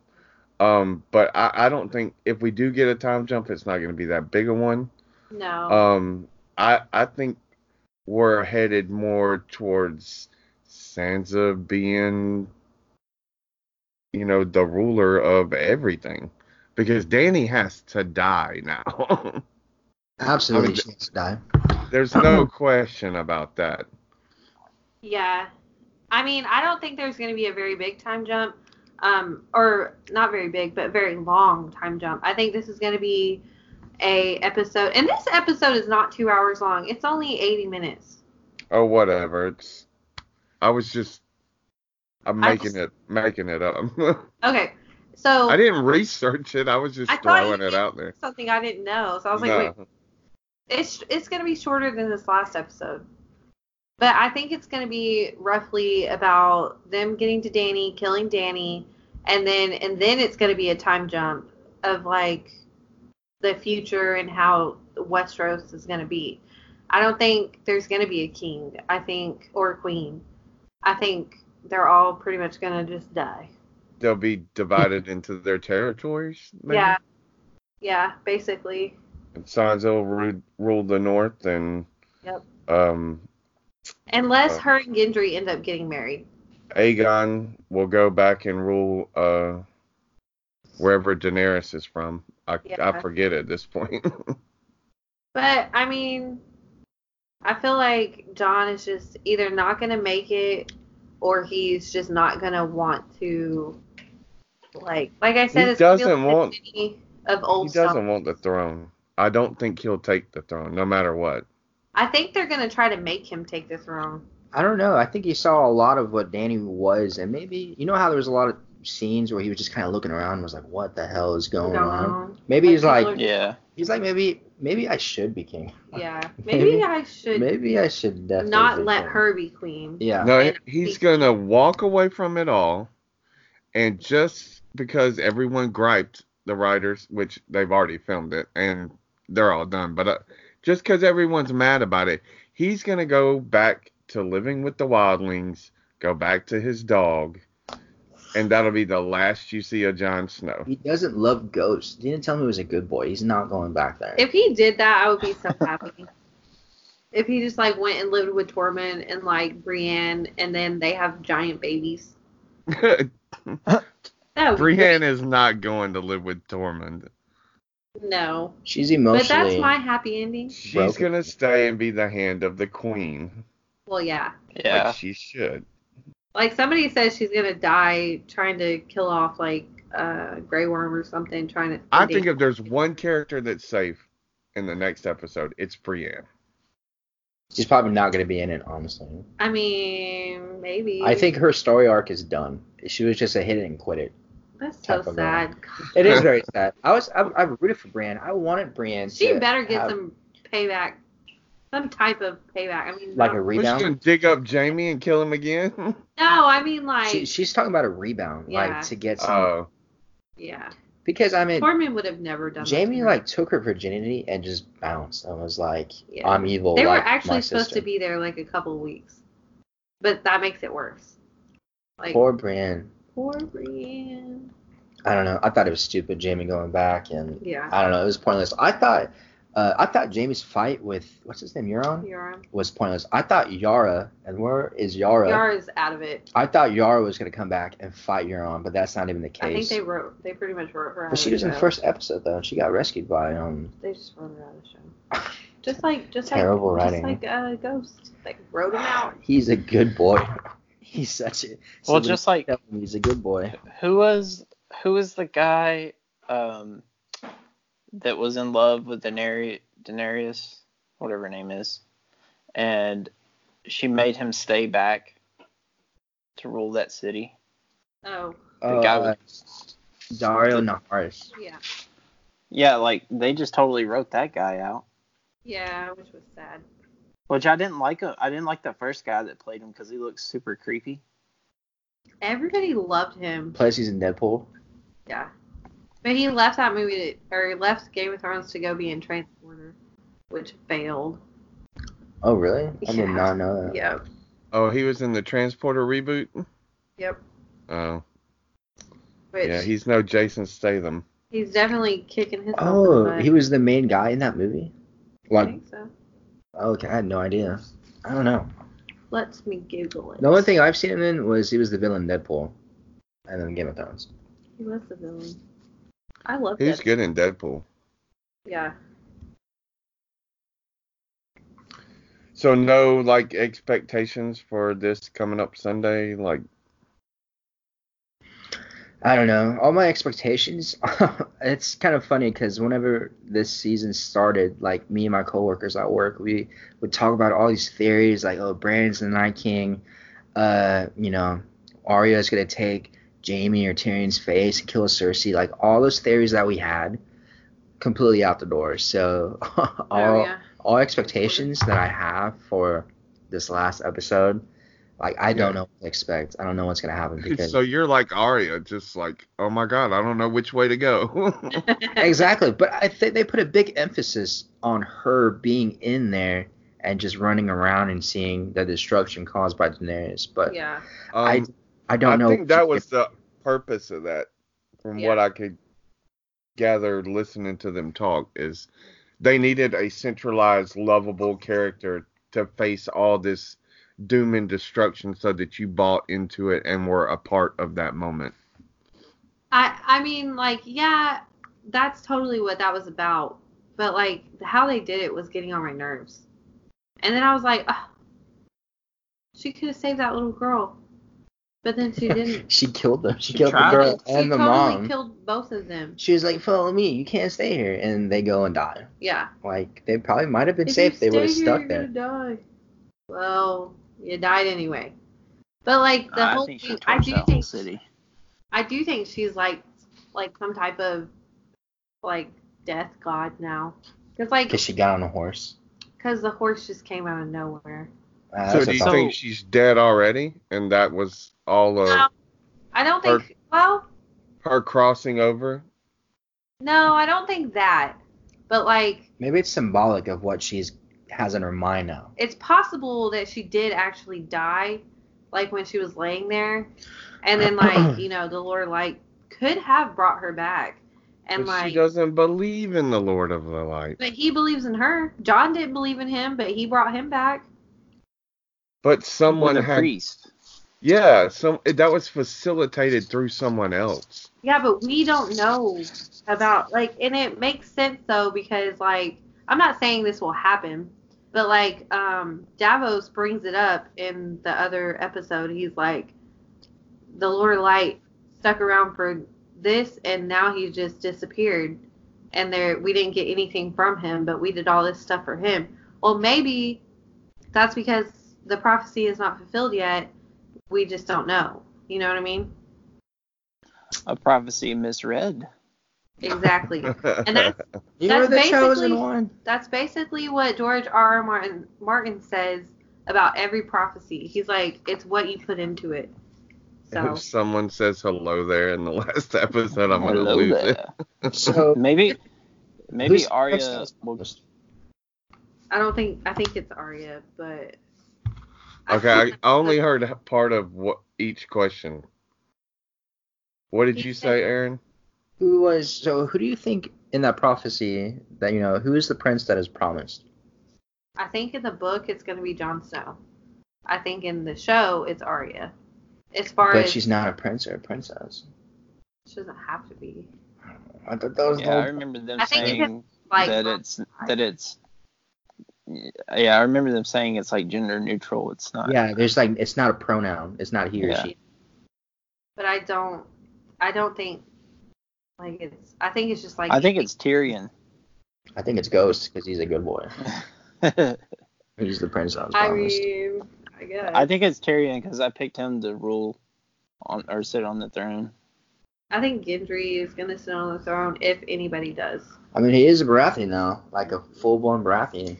Speaker 2: um, but I I don't think if we do get a time jump, it's not going to be that big a one.
Speaker 1: No.
Speaker 2: Um, I I think we're headed more towards Sansa being, you know, the ruler of everything, because Danny has to die now.
Speaker 5: Absolutely,
Speaker 2: I mean,
Speaker 5: she needs to die.
Speaker 2: There's no question about that.
Speaker 1: yeah. I mean, I don't think there's going to be a very big time jump, um, or not very big, but very long time jump. I think this is going to be a episode, and this episode is not two hours long. It's only 80 minutes.
Speaker 2: Oh, whatever. It's. I was just. I'm
Speaker 1: I
Speaker 2: making
Speaker 1: just-
Speaker 2: it making it up.
Speaker 1: Okay. So
Speaker 2: I didn't research it. I was just
Speaker 1: Oh. I thought
Speaker 2: throwing
Speaker 1: you
Speaker 2: it
Speaker 1: did.
Speaker 2: out there.
Speaker 1: something I didn't know. So I was like,
Speaker 2: No.
Speaker 1: wait, it's it's going to be shorter than this last episode. But I think it's going to be roughly about them getting to Danny, killing Danny, and then and then it's going to be a time jump of like the future and how Westeros is going to be. I don't think there's going to be a king, I think or a queen. I think they're all pretty much going to just die.
Speaker 2: They'll be divided into their territories. Maybe?
Speaker 1: Yeah. Yeah, basically.
Speaker 2: And Sansa will ru- rule the north, and
Speaker 1: Yep.
Speaker 2: um,
Speaker 1: Unless her and Gendry end up getting married.
Speaker 2: Aegon will go back and rule uh, wherever Daenerys is from. I,
Speaker 1: Yeah.
Speaker 2: I forget at this point.
Speaker 1: But I mean, I feel like John is just either not gonna make it, or he's just not gonna want to. Like, like I said,
Speaker 2: He
Speaker 1: it's gonna be
Speaker 2: doesn't
Speaker 1: like the
Speaker 2: want-
Speaker 1: Disney of old
Speaker 2: he doesn't
Speaker 1: songs.
Speaker 2: want the throne. I don't think he'll take the throne, no matter what.
Speaker 1: I think they're gonna try to make him take the throne.
Speaker 3: I don't know. I think he saw a lot of what Danny was, and maybe you know how there was a lot of scenes where he was just kind of looking around, and was like, "What the hell is going on?"
Speaker 1: No.
Speaker 3: Maybe he's
Speaker 1: Like,
Speaker 3: like,
Speaker 4: Yeah.
Speaker 3: he's like, maybe, maybe I should be king.
Speaker 1: Yeah, maybe I should
Speaker 3: Maybe I should definitely
Speaker 1: not
Speaker 3: be
Speaker 1: let
Speaker 3: king.
Speaker 1: her be queen.
Speaker 3: Yeah.
Speaker 2: No,
Speaker 1: And
Speaker 2: he- he's
Speaker 1: he-
Speaker 2: gonna walk away from it all, and just because everyone griped the writers, which they've already filmed it and they're all done, but uh, just because everyone's mad about it, he's gonna go back to living with the wildlings, go back to his dog, and that'll be the last you see of Jon Snow.
Speaker 3: He doesn't love ghosts. He didn't tell me he was a good boy. He's not going back there.
Speaker 1: If he did that, I would be so happy. if he just like went and lived with Tormund and like Brienne, and then they have giant babies. That would be
Speaker 2: Brienne is not going to live with Tormund.
Speaker 1: great. No,
Speaker 3: She's
Speaker 1: but
Speaker 3: emotionally.
Speaker 1: that's my happy ending.
Speaker 2: She's
Speaker 3: Broken.
Speaker 2: gonna stay and be the hand of the queen,
Speaker 1: Well, yeah.
Speaker 4: Yeah.
Speaker 2: like she should.
Speaker 1: Like somebody says she's gonna die trying to kill off like uh Grey Worm or something. Trying to.
Speaker 2: I think if there's one character that's safe in the next episode, it's Brienne.
Speaker 3: She's probably not going to be in it, honestly.
Speaker 1: I mean, maybe.
Speaker 3: I think her story arc is done. She was just a hit it and quit it.
Speaker 1: that's so
Speaker 3: type of
Speaker 1: sad.
Speaker 3: It is very sad. I was I, I rooted for Brienne. I wanted Brienne.
Speaker 1: She
Speaker 3: to
Speaker 1: better get
Speaker 3: have,
Speaker 1: some payback, some type of payback. I mean,
Speaker 3: like
Speaker 1: not-
Speaker 3: a
Speaker 2: We're just
Speaker 3: rebound.
Speaker 2: gonna dig up Jamie and kill him again.
Speaker 1: no, I mean like,
Speaker 3: She, she's talking about a rebound,
Speaker 1: Yeah.
Speaker 3: like to get some.
Speaker 2: Oh,
Speaker 1: yeah.
Speaker 3: because I mean,
Speaker 1: Tormund would have never done. that to
Speaker 3: Jamie
Speaker 1: her.
Speaker 3: like took her virginity and just bounced and was like,
Speaker 1: Yeah.
Speaker 3: "I'm evil."
Speaker 1: they
Speaker 3: like
Speaker 1: were actually
Speaker 3: my
Speaker 1: supposed
Speaker 3: sister.
Speaker 1: to be there like a couple weeks, but that makes it worse. Like poor,
Speaker 3: Poor Brienne.
Speaker 1: Brienne.
Speaker 3: I don't know. I thought it was stupid, Jamie going back, and
Speaker 1: Yeah,
Speaker 3: I don't know. It was pointless. I thought, uh, I thought Jamie's fight with what's his name, Euron,
Speaker 1: Yara.
Speaker 3: was pointless. I thought Yara, and where is Yara?
Speaker 1: Yara's out of it.
Speaker 3: I thought Yara was gonna come back and fight Euron, but that's not even the
Speaker 1: I think
Speaker 3: case.
Speaker 1: they wrote. They pretty much wrote her out.
Speaker 3: but she
Speaker 1: of
Speaker 3: was in the
Speaker 1: show.
Speaker 3: first episode though, and she got rescued by um.
Speaker 1: They just wrote her out of the show. Just like, just
Speaker 3: Terrible
Speaker 1: like,
Speaker 3: writing.
Speaker 1: Just like a ghost, like wrote him out.
Speaker 3: He's a good boy. He's such a.
Speaker 4: Well,
Speaker 3: somebody
Speaker 4: just like
Speaker 3: tell him he's a good boy.
Speaker 4: who was who was the guy um that was in love with Daenerys, Daenerys whatever her name is, and she made him stay back to rule that city.
Speaker 1: Oh,
Speaker 4: The guy
Speaker 3: Uh, Dario Naharis.
Speaker 1: yeah,
Speaker 4: Yeah, like they just totally wrote that guy out,
Speaker 1: yeah, which was sad.
Speaker 4: which I didn't like. Him. I didn't like the first guy that played him because he looked super creepy.
Speaker 1: Everybody loved him.
Speaker 3: Plus, he's in Deadpool.
Speaker 1: Yeah. But he left that movie, to, or he left Game of Thrones to go be in Transporter, which failed.
Speaker 3: Oh, really? I
Speaker 1: Yeah.
Speaker 3: did not know that.
Speaker 1: Yep.
Speaker 2: oh, he was in the transporter reboot.
Speaker 1: Yep.
Speaker 2: Oh,
Speaker 1: Which
Speaker 2: yeah, he's no Jason Statham.
Speaker 1: he's definitely kicking his.
Speaker 3: Oh, he was the main guy in that movie.
Speaker 1: I
Speaker 3: Like,
Speaker 1: think so.
Speaker 3: okay, I had no idea. I don't know.
Speaker 1: Let's me Google it.
Speaker 3: The only thing I've seen him in was he was the villain in Deadpool, and then Game of Thrones.
Speaker 1: He was the villain. I loved
Speaker 2: He's
Speaker 1: it.
Speaker 2: good in Deadpool.
Speaker 1: Yeah.
Speaker 2: So no like expectations for this coming up Sunday. Like
Speaker 3: I don't know. All my expectations. it's kind of funny because whenever this season started, like me and my coworkers at work, we would talk about all these theories, like oh, Brandon's the Night King. Uh, you know, Arya's gonna take Jamie or Tyrion's face and kill Cersei. Like all those theories that we had, completely out the door. So all
Speaker 1: oh yeah.
Speaker 3: all expectations that I have for this last episode, like I don't know what to expect. I don't know what's gonna happen because.
Speaker 2: so, you're like Arya, just like oh my god, I don't know which way to go.
Speaker 3: exactly. But I think they put a big emphasis on her being in there and just running around and seeing the destruction caused by Daenerys. But
Speaker 1: yeah.
Speaker 2: Um,
Speaker 3: I, I don't know.
Speaker 2: think that was the purpose of that, from
Speaker 1: Yeah.
Speaker 2: what I could gather listening to them talk, is they needed a centralized, lovable character to face all this doom and destruction so that you bought into it and were a part of that moment.
Speaker 1: I I mean like yeah, that's totally what that was about. But like how they did it was getting on my nerves. And then I was like, oh, she could have saved that little girl. But then she didn't.
Speaker 5: she killed them. She, she killed the girl
Speaker 1: she
Speaker 5: and the
Speaker 1: totally
Speaker 5: mom.
Speaker 1: killed both of them.
Speaker 5: She was like, "Follow me. You can't stay here." And they go and die.
Speaker 1: Yeah.
Speaker 5: Like they probably might have been
Speaker 1: If
Speaker 5: safe.
Speaker 1: you
Speaker 5: if They would have
Speaker 1: stay here,
Speaker 5: stuck
Speaker 1: you're
Speaker 5: there.
Speaker 1: Gonna die. Well, you died anyway. But like the
Speaker 4: I
Speaker 1: whole
Speaker 4: think she
Speaker 1: thing, I
Speaker 4: torched
Speaker 1: do
Speaker 4: that whole
Speaker 1: think
Speaker 4: city.
Speaker 1: I do think she's like like some type of like death god now. Cause like
Speaker 5: Because she got on a horse.
Speaker 1: cause the horse just came out of nowhere.
Speaker 3: Ah,
Speaker 5: Uh,
Speaker 2: so
Speaker 5: that's
Speaker 2: do
Speaker 5: a
Speaker 2: you
Speaker 5: thought.
Speaker 2: think
Speaker 4: So-
Speaker 2: she's dead already? And that was all of
Speaker 1: No, I don't
Speaker 2: Or-
Speaker 1: think. well,
Speaker 2: her crossing over?
Speaker 1: no, I don't think that. But like,
Speaker 5: Maybe it's symbolic of what she's has in her mind now.
Speaker 1: it's possible that she did actually die, like when she was laying there, and then like you know the Lord like could have brought her back, and
Speaker 2: But
Speaker 1: like.
Speaker 2: she doesn't believe in the Lord of the Light.
Speaker 1: But he believes in her. John didn't believe in him, but he brought him back.
Speaker 2: But someone
Speaker 4: With a
Speaker 2: had
Speaker 4: priest.
Speaker 2: Yeah, some that was facilitated through someone else.
Speaker 1: Yeah, but we don't know about like, and it makes sense though because like, I'm not saying this will happen, but like, um, Davos brings it up in the other episode. He's like, the Lord of Light stuck around for this, and now he just disappeared, and there we didn't get anything from him, but we did all this stuff for him. Well, maybe that's because the prophecy is not fulfilled yet. We just don't know. You know what I mean?
Speaker 4: A prophecy misread.
Speaker 1: Exactly. And that's
Speaker 5: You
Speaker 1: That's
Speaker 5: were the
Speaker 1: basically-
Speaker 5: chosen one.
Speaker 1: That's basically what George R. R. Martin Martin says about every prophecy. He's like, it's what you put into it. So
Speaker 2: if someone says hello there in the last episode, I'm gonna
Speaker 4: Hello
Speaker 2: lose
Speaker 4: there.
Speaker 2: it.
Speaker 5: So
Speaker 4: Maybe maybe
Speaker 5: who's-
Speaker 4: Arya will
Speaker 1: I don't think I think it's Arya, but I
Speaker 2: Okay, I
Speaker 1: think-
Speaker 2: I only heard h- part of what each question. What did you say, Aaron?
Speaker 5: who was? So who do you think in that prophecy that you know who is the prince that is promised?
Speaker 1: I think in the book it's gonna be Jon Snow. I think in the show it's Arya. As far
Speaker 5: But
Speaker 1: as
Speaker 5: she's not a prince or a princess.
Speaker 1: she doesn't have to be.
Speaker 5: I thought that was the
Speaker 4: Yeah, I
Speaker 5: whole-
Speaker 4: remember them
Speaker 1: I think it's
Speaker 4: saying
Speaker 1: Like
Speaker 4: that it's that it's yeah, I remember them saying it's like gender neutral. It's not.
Speaker 5: yeah. There's like it's not a pronoun. It's not he or
Speaker 4: Yeah.
Speaker 5: she.
Speaker 1: but I don't I don't think like it's I think it's just like
Speaker 4: I think it's Tyrion.
Speaker 5: I think it's Ghost because he's a good boy. He's the prince that was
Speaker 1: I
Speaker 5: promised.
Speaker 1: mean I guess
Speaker 4: I think it's Tyrion because I picked him to rule on or sit on the throne.
Speaker 1: I think Gendry is gonna sit on the throne if anybody does.
Speaker 5: I mean, he is a Baratheon now, like a full-blown Baratheon.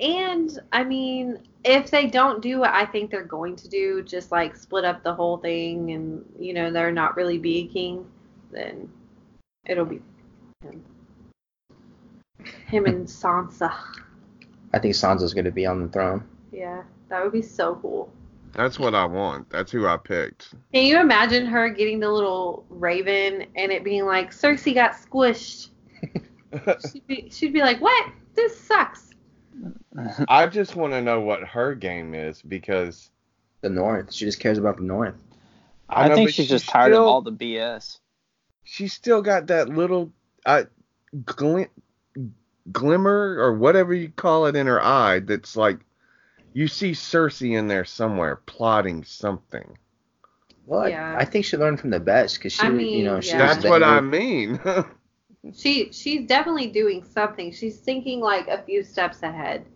Speaker 1: And I mean, if they don't do what I think they're going to do, just like split up the whole thing, and you know they're not really being king, then it'll be him, him and Sansa.
Speaker 5: I think Sansa's going to be on the throne.
Speaker 1: Yeah, that would be so cool.
Speaker 2: That's what I want. That's who I picked.
Speaker 1: Can you imagine her getting the little raven and it being like Cersei got squished? she'd, be, she'd be like, "What? This sucks."
Speaker 2: I just want to know what her game is because
Speaker 5: The North. She just cares about the North.
Speaker 2: I
Speaker 4: I,
Speaker 2: know,
Speaker 4: think
Speaker 2: but
Speaker 4: she's
Speaker 2: she's
Speaker 4: just tired
Speaker 2: still-
Speaker 4: of all the BS.
Speaker 2: she's still got that little uh, glim- glimmer or whatever you call it in her eye that's like you see Cersei in there somewhere plotting something.
Speaker 5: Well,
Speaker 1: Yeah.
Speaker 5: I, I think she learned from the best because she,
Speaker 1: I
Speaker 5: you
Speaker 1: mean,
Speaker 5: know, she
Speaker 1: yeah.
Speaker 5: was
Speaker 2: That's what
Speaker 5: there.
Speaker 2: I mean.
Speaker 1: she she's definitely doing something. She's thinking like a few steps ahead.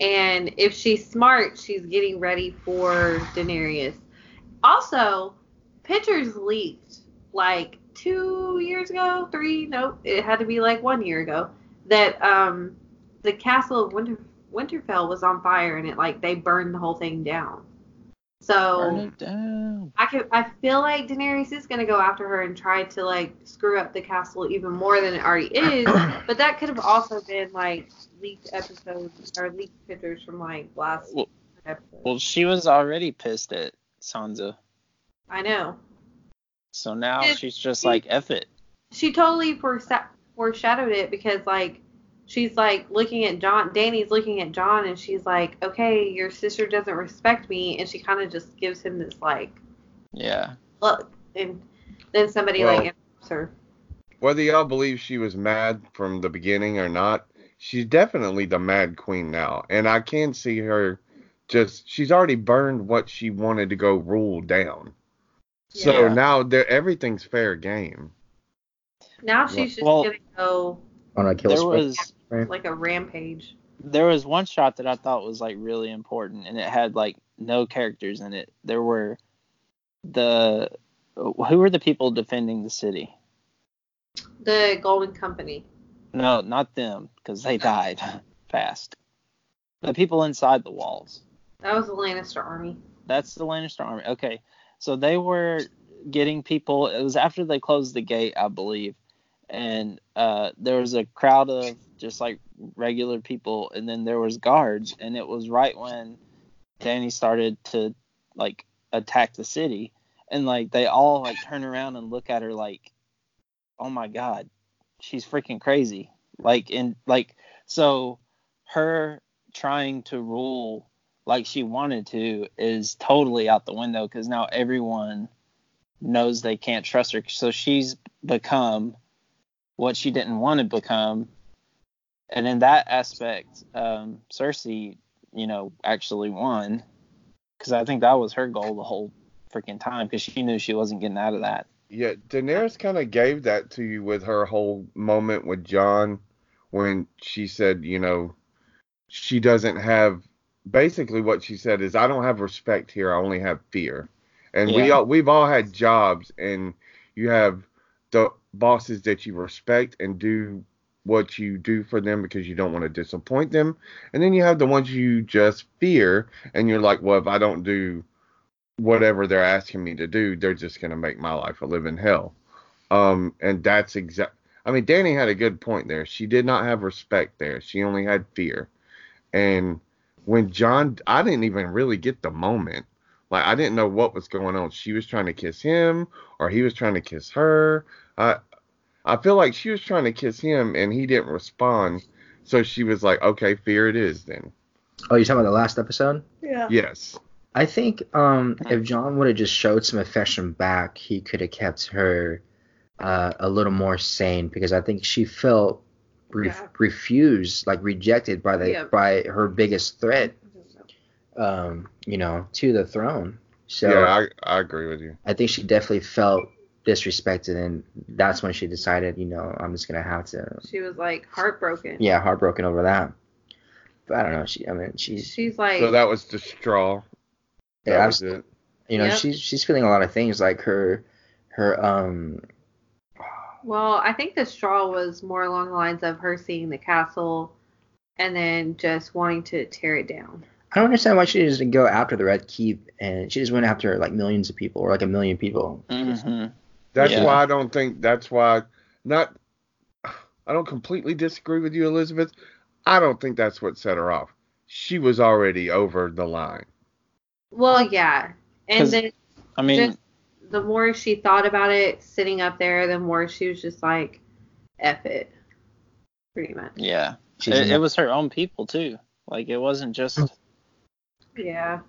Speaker 1: And if she's smart, she's getting ready for Daenerys. Also, pictures leaked like two years ago, three, nope, it had to be like one year ago, that um the castle of Winter Winterfell was on fire and it like they burned the whole thing down. So
Speaker 4: Burn it down.
Speaker 1: I could, I feel like Daenerys is gonna go after her and try to like screw up the castle even more than it already is. but that could have also been like leaked episodes or leaked pictures from like last
Speaker 4: Well-
Speaker 1: episode.
Speaker 4: Well, she was already pissed at Sansa,
Speaker 1: I know.
Speaker 4: so now
Speaker 1: Yeah.
Speaker 4: she's just like, "F it."
Speaker 1: She totally foresa- foreshadowed it because like she's like looking at John. Danny's looking at John, and she's like, "Okay, your sister doesn't respect me," and she kind of just gives him this like
Speaker 4: Yeah.
Speaker 1: look, and then somebody
Speaker 2: Well-
Speaker 1: like interrupts her.
Speaker 2: Whether y'all believe she was mad from the beginning or not, she's definitely the mad queen now. And I can see her just she's already burned what she wanted to go rule down. So
Speaker 4: Yeah.
Speaker 2: now there everything's fair game.
Speaker 1: Now she's just
Speaker 4: Well-
Speaker 1: gonna go
Speaker 5: On a kill
Speaker 4: There
Speaker 5: spree.
Speaker 4: was
Speaker 1: like a rampage.
Speaker 4: there was one shot that I thought was like really important, and it had like no characters in it. There were the who were the people defending the city?
Speaker 1: The Golden Company.
Speaker 4: No, not them, because they died fast. The people inside the walls.
Speaker 1: That was the Lannister army.
Speaker 4: That's the Lannister army. Okay, so they were getting people. It was after they closed the gate, I believe, and uh, there was a crowd of just like regular people, and then there was guards, and it was right when Danny started to like attack the city, and like they all like turn around and look at her like, oh my god, she's freaking crazy. Like and like so, her trying to rule like she wanted to is totally out the window because now everyone knows they can't trust her. So she's become what she didn't want to become. And in that aspect, um, Cersei, you know, actually won because I think that was her goal the whole freaking time because she knew she wasn't getting out of that.
Speaker 2: Yeah, Daenerys kind of gave that to you with her whole moment with John when she said, you know, she doesn't have basically what she said is I don't have respect here, I only have fear. And we
Speaker 4: Yeah.
Speaker 2: all we've all had jobs and you have the bosses that you respect and do what you do for them because you don't want to disappoint them. And then you have the ones you just fear and you're like, well, if I don't do whatever they're asking me to do, they're just going to make my life a living hell. Um, and that's exact. I mean, Danny had a good point there. She did not have respect there. She only had fear. And when John, I didn't even really get the moment. Like I didn't know what was going on. She was trying to kiss him, or he was trying to kiss her. I, I feel like she was trying to kiss him, and he didn't respond. So she was like, "Okay, fear it is then."
Speaker 5: Oh, you're talking about the last episode?
Speaker 1: Yeah.
Speaker 2: Yes.
Speaker 5: I think um,
Speaker 1: Hmm.
Speaker 5: if John would have just showed some affection back, he could have kept her uh, a little more sane because I think she felt re-
Speaker 1: Yeah.
Speaker 5: refused, like rejected by the
Speaker 1: Yeah.
Speaker 5: by her biggest threat, um, you know, to the throne. So
Speaker 2: yeah, I, I agree with you.
Speaker 5: I think she definitely felt disrespected, and that's when she decided, you know, I'm just gonna have to,
Speaker 1: She was like heartbroken.
Speaker 5: yeah, heartbroken over that. But I don't know. She, I mean, she's,
Speaker 1: She's like
Speaker 2: So that was the straw. That
Speaker 5: yeah,
Speaker 2: was it.
Speaker 5: you know,
Speaker 1: Yep.
Speaker 5: she's she's feeling a lot of things, like her, her, um,
Speaker 1: Well, I think the straw was more along the lines of her seeing the castle and then just wanting to tear it down.
Speaker 5: I don't understand why she doesn't go after the Red Keep and she just went after like millions of people or like a million people.
Speaker 4: Mm-hmm.
Speaker 2: That's
Speaker 4: Yeah.
Speaker 2: why I don't think that's why not I don't completely disagree with you, Elizabeth. I don't think that's what set her off. She was already over the line.
Speaker 1: Well, yeah.
Speaker 4: 'Cause-
Speaker 1: And then
Speaker 4: I mean,
Speaker 1: Just- the more she thought about it sitting up there, the more she was just like, F it. Pretty much.
Speaker 4: yeah,
Speaker 5: She's
Speaker 4: it, it was her own people too. Like it wasn't just
Speaker 1: Yeah,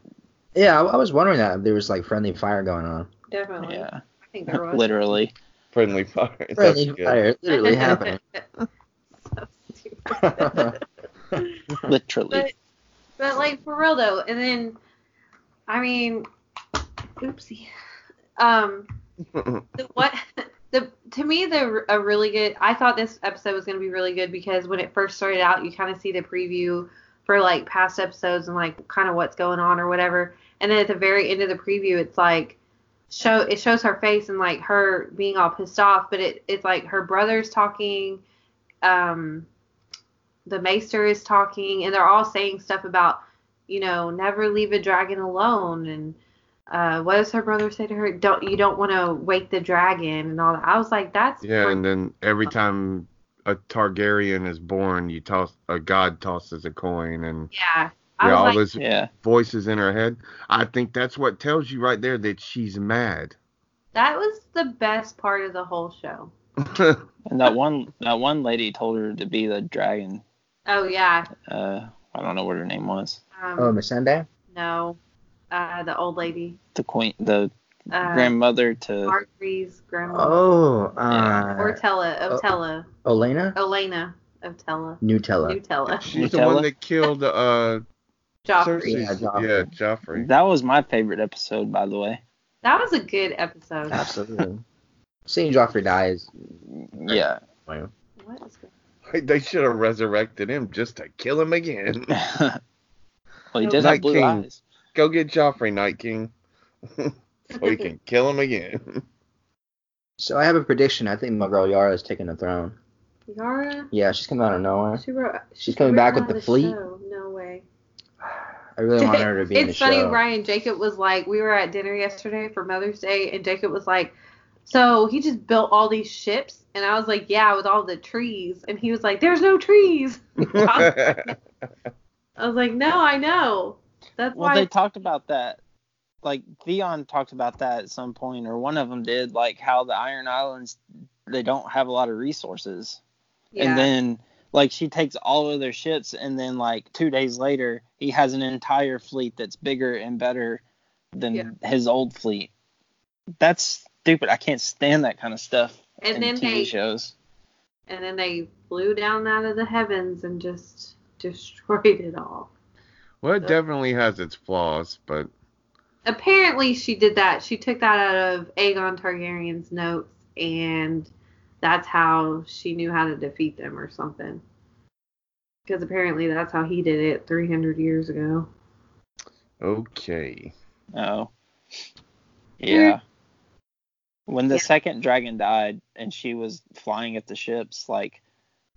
Speaker 5: yeah, I, I was wondering that if there was like friendly fire going on.
Speaker 1: definitely.
Speaker 4: yeah,
Speaker 1: I think there was.
Speaker 4: literally.
Speaker 2: Friendly fire. That's
Speaker 5: Friendly
Speaker 2: good.
Speaker 5: fire literally Oh, happening.
Speaker 1: So stupid.
Speaker 4: literally.
Speaker 1: But, but like for real though, and then, I mean, oopsie. Um, the, what the to me the a really good. I thought this episode was gonna be really good because when it first started out, you kind of see the preview for like past episodes and like kind of what's going on or whatever. And then at the very end of the preview, it's like show it shows her face and like her being all pissed off, but it it's like her brother's talking. Um, the maester is talking and they're all saying stuff about you know never leave a dragon alone and uh, what does her brother say to her don't you don't want to wake the dragon and all that i was like that's
Speaker 2: Yeah,
Speaker 1: pretty-
Speaker 2: and then every time a Targaryen is born, you toss a god tosses a coin and
Speaker 1: yeah i
Speaker 2: yeah, all
Speaker 1: was like
Speaker 2: those
Speaker 4: Yeah.
Speaker 2: voices in her head. I think that's what tells you right there that she's mad.
Speaker 1: that was the best part of the whole show
Speaker 4: and that one that one lady told her to be the dragon.
Speaker 1: Oh yeah.
Speaker 4: Uh, I don't know what her name was.
Speaker 1: Um,
Speaker 5: Oh, Miss Sunday.
Speaker 1: No, uh, the old lady,
Speaker 4: The queen, the
Speaker 1: uh,
Speaker 4: grandmother to
Speaker 1: Marjorie's grandma,
Speaker 5: Oh, uh,
Speaker 1: Ortella,
Speaker 5: oh.
Speaker 1: Otella,
Speaker 5: Olena.
Speaker 1: Elena, Otella,
Speaker 5: Nutella.
Speaker 1: Nutella,
Speaker 2: She's the one
Speaker 4: Nutella?
Speaker 2: that killed uh, Cersei.
Speaker 1: Joffrey.
Speaker 5: Yeah, Joffrey.
Speaker 2: Yeah, Joffrey.
Speaker 4: That was my favorite episode, by the way.
Speaker 1: That was a good episode.
Speaker 5: Absolutely. Seeing Joffrey die is
Speaker 4: Yeah.
Speaker 1: What is going
Speaker 2: Like, they should have resurrected him just to kill him again.
Speaker 4: well, he
Speaker 1: No,
Speaker 4: does
Speaker 2: Night
Speaker 4: have blue
Speaker 2: King.
Speaker 4: eyes.
Speaker 2: Go get Joffrey, Night King. so we can kill him again.
Speaker 5: So I have a prediction. I think my girl Yara is taking the throne.
Speaker 1: Yara,
Speaker 5: Yeah, she's coming out of nowhere.
Speaker 1: she wrote.
Speaker 5: She's
Speaker 1: she
Speaker 5: coming
Speaker 1: wrote
Speaker 5: back with
Speaker 1: another
Speaker 5: the fleet.
Speaker 1: show. No way.
Speaker 5: I really want her to be in the
Speaker 1: it's funny,
Speaker 5: show.
Speaker 1: Ryan Jacob was like, we were at dinner yesterday for Mother's Day, and Jacob was like, so he just built all these ships, and I was like, yeah, with all the trees, and he was like, there's no trees. I was like, no, I know. That's
Speaker 4: Well,
Speaker 1: why.
Speaker 4: they talked about that. Like Theon talked about that at some point, or one of them did. Like how the Iron Islands, they don't have a lot of resources.
Speaker 1: yeah.
Speaker 4: And then like she takes all of their ships, and then like two days later, he has an entire fleet that's bigger and better than
Speaker 1: Yeah.
Speaker 4: his old fleet. That's stupid. I can't stand that kind of stuff
Speaker 1: And
Speaker 4: in
Speaker 1: then
Speaker 4: TV
Speaker 1: they-
Speaker 4: shows.
Speaker 1: and then they flew down out of the heavens and just destroyed it all.
Speaker 2: well, it definitely has its flaws, but
Speaker 1: Apparently, she did that. She took that out of Aegon Targaryen's notes, and that's how she knew how to defeat them or something. Because apparently, that's how he did it 300 years ago.
Speaker 2: okay.
Speaker 4: Oh.
Speaker 1: Yeah.
Speaker 4: Yeah. When the
Speaker 1: Yeah.
Speaker 4: second dragon died and she was flying at the ships, like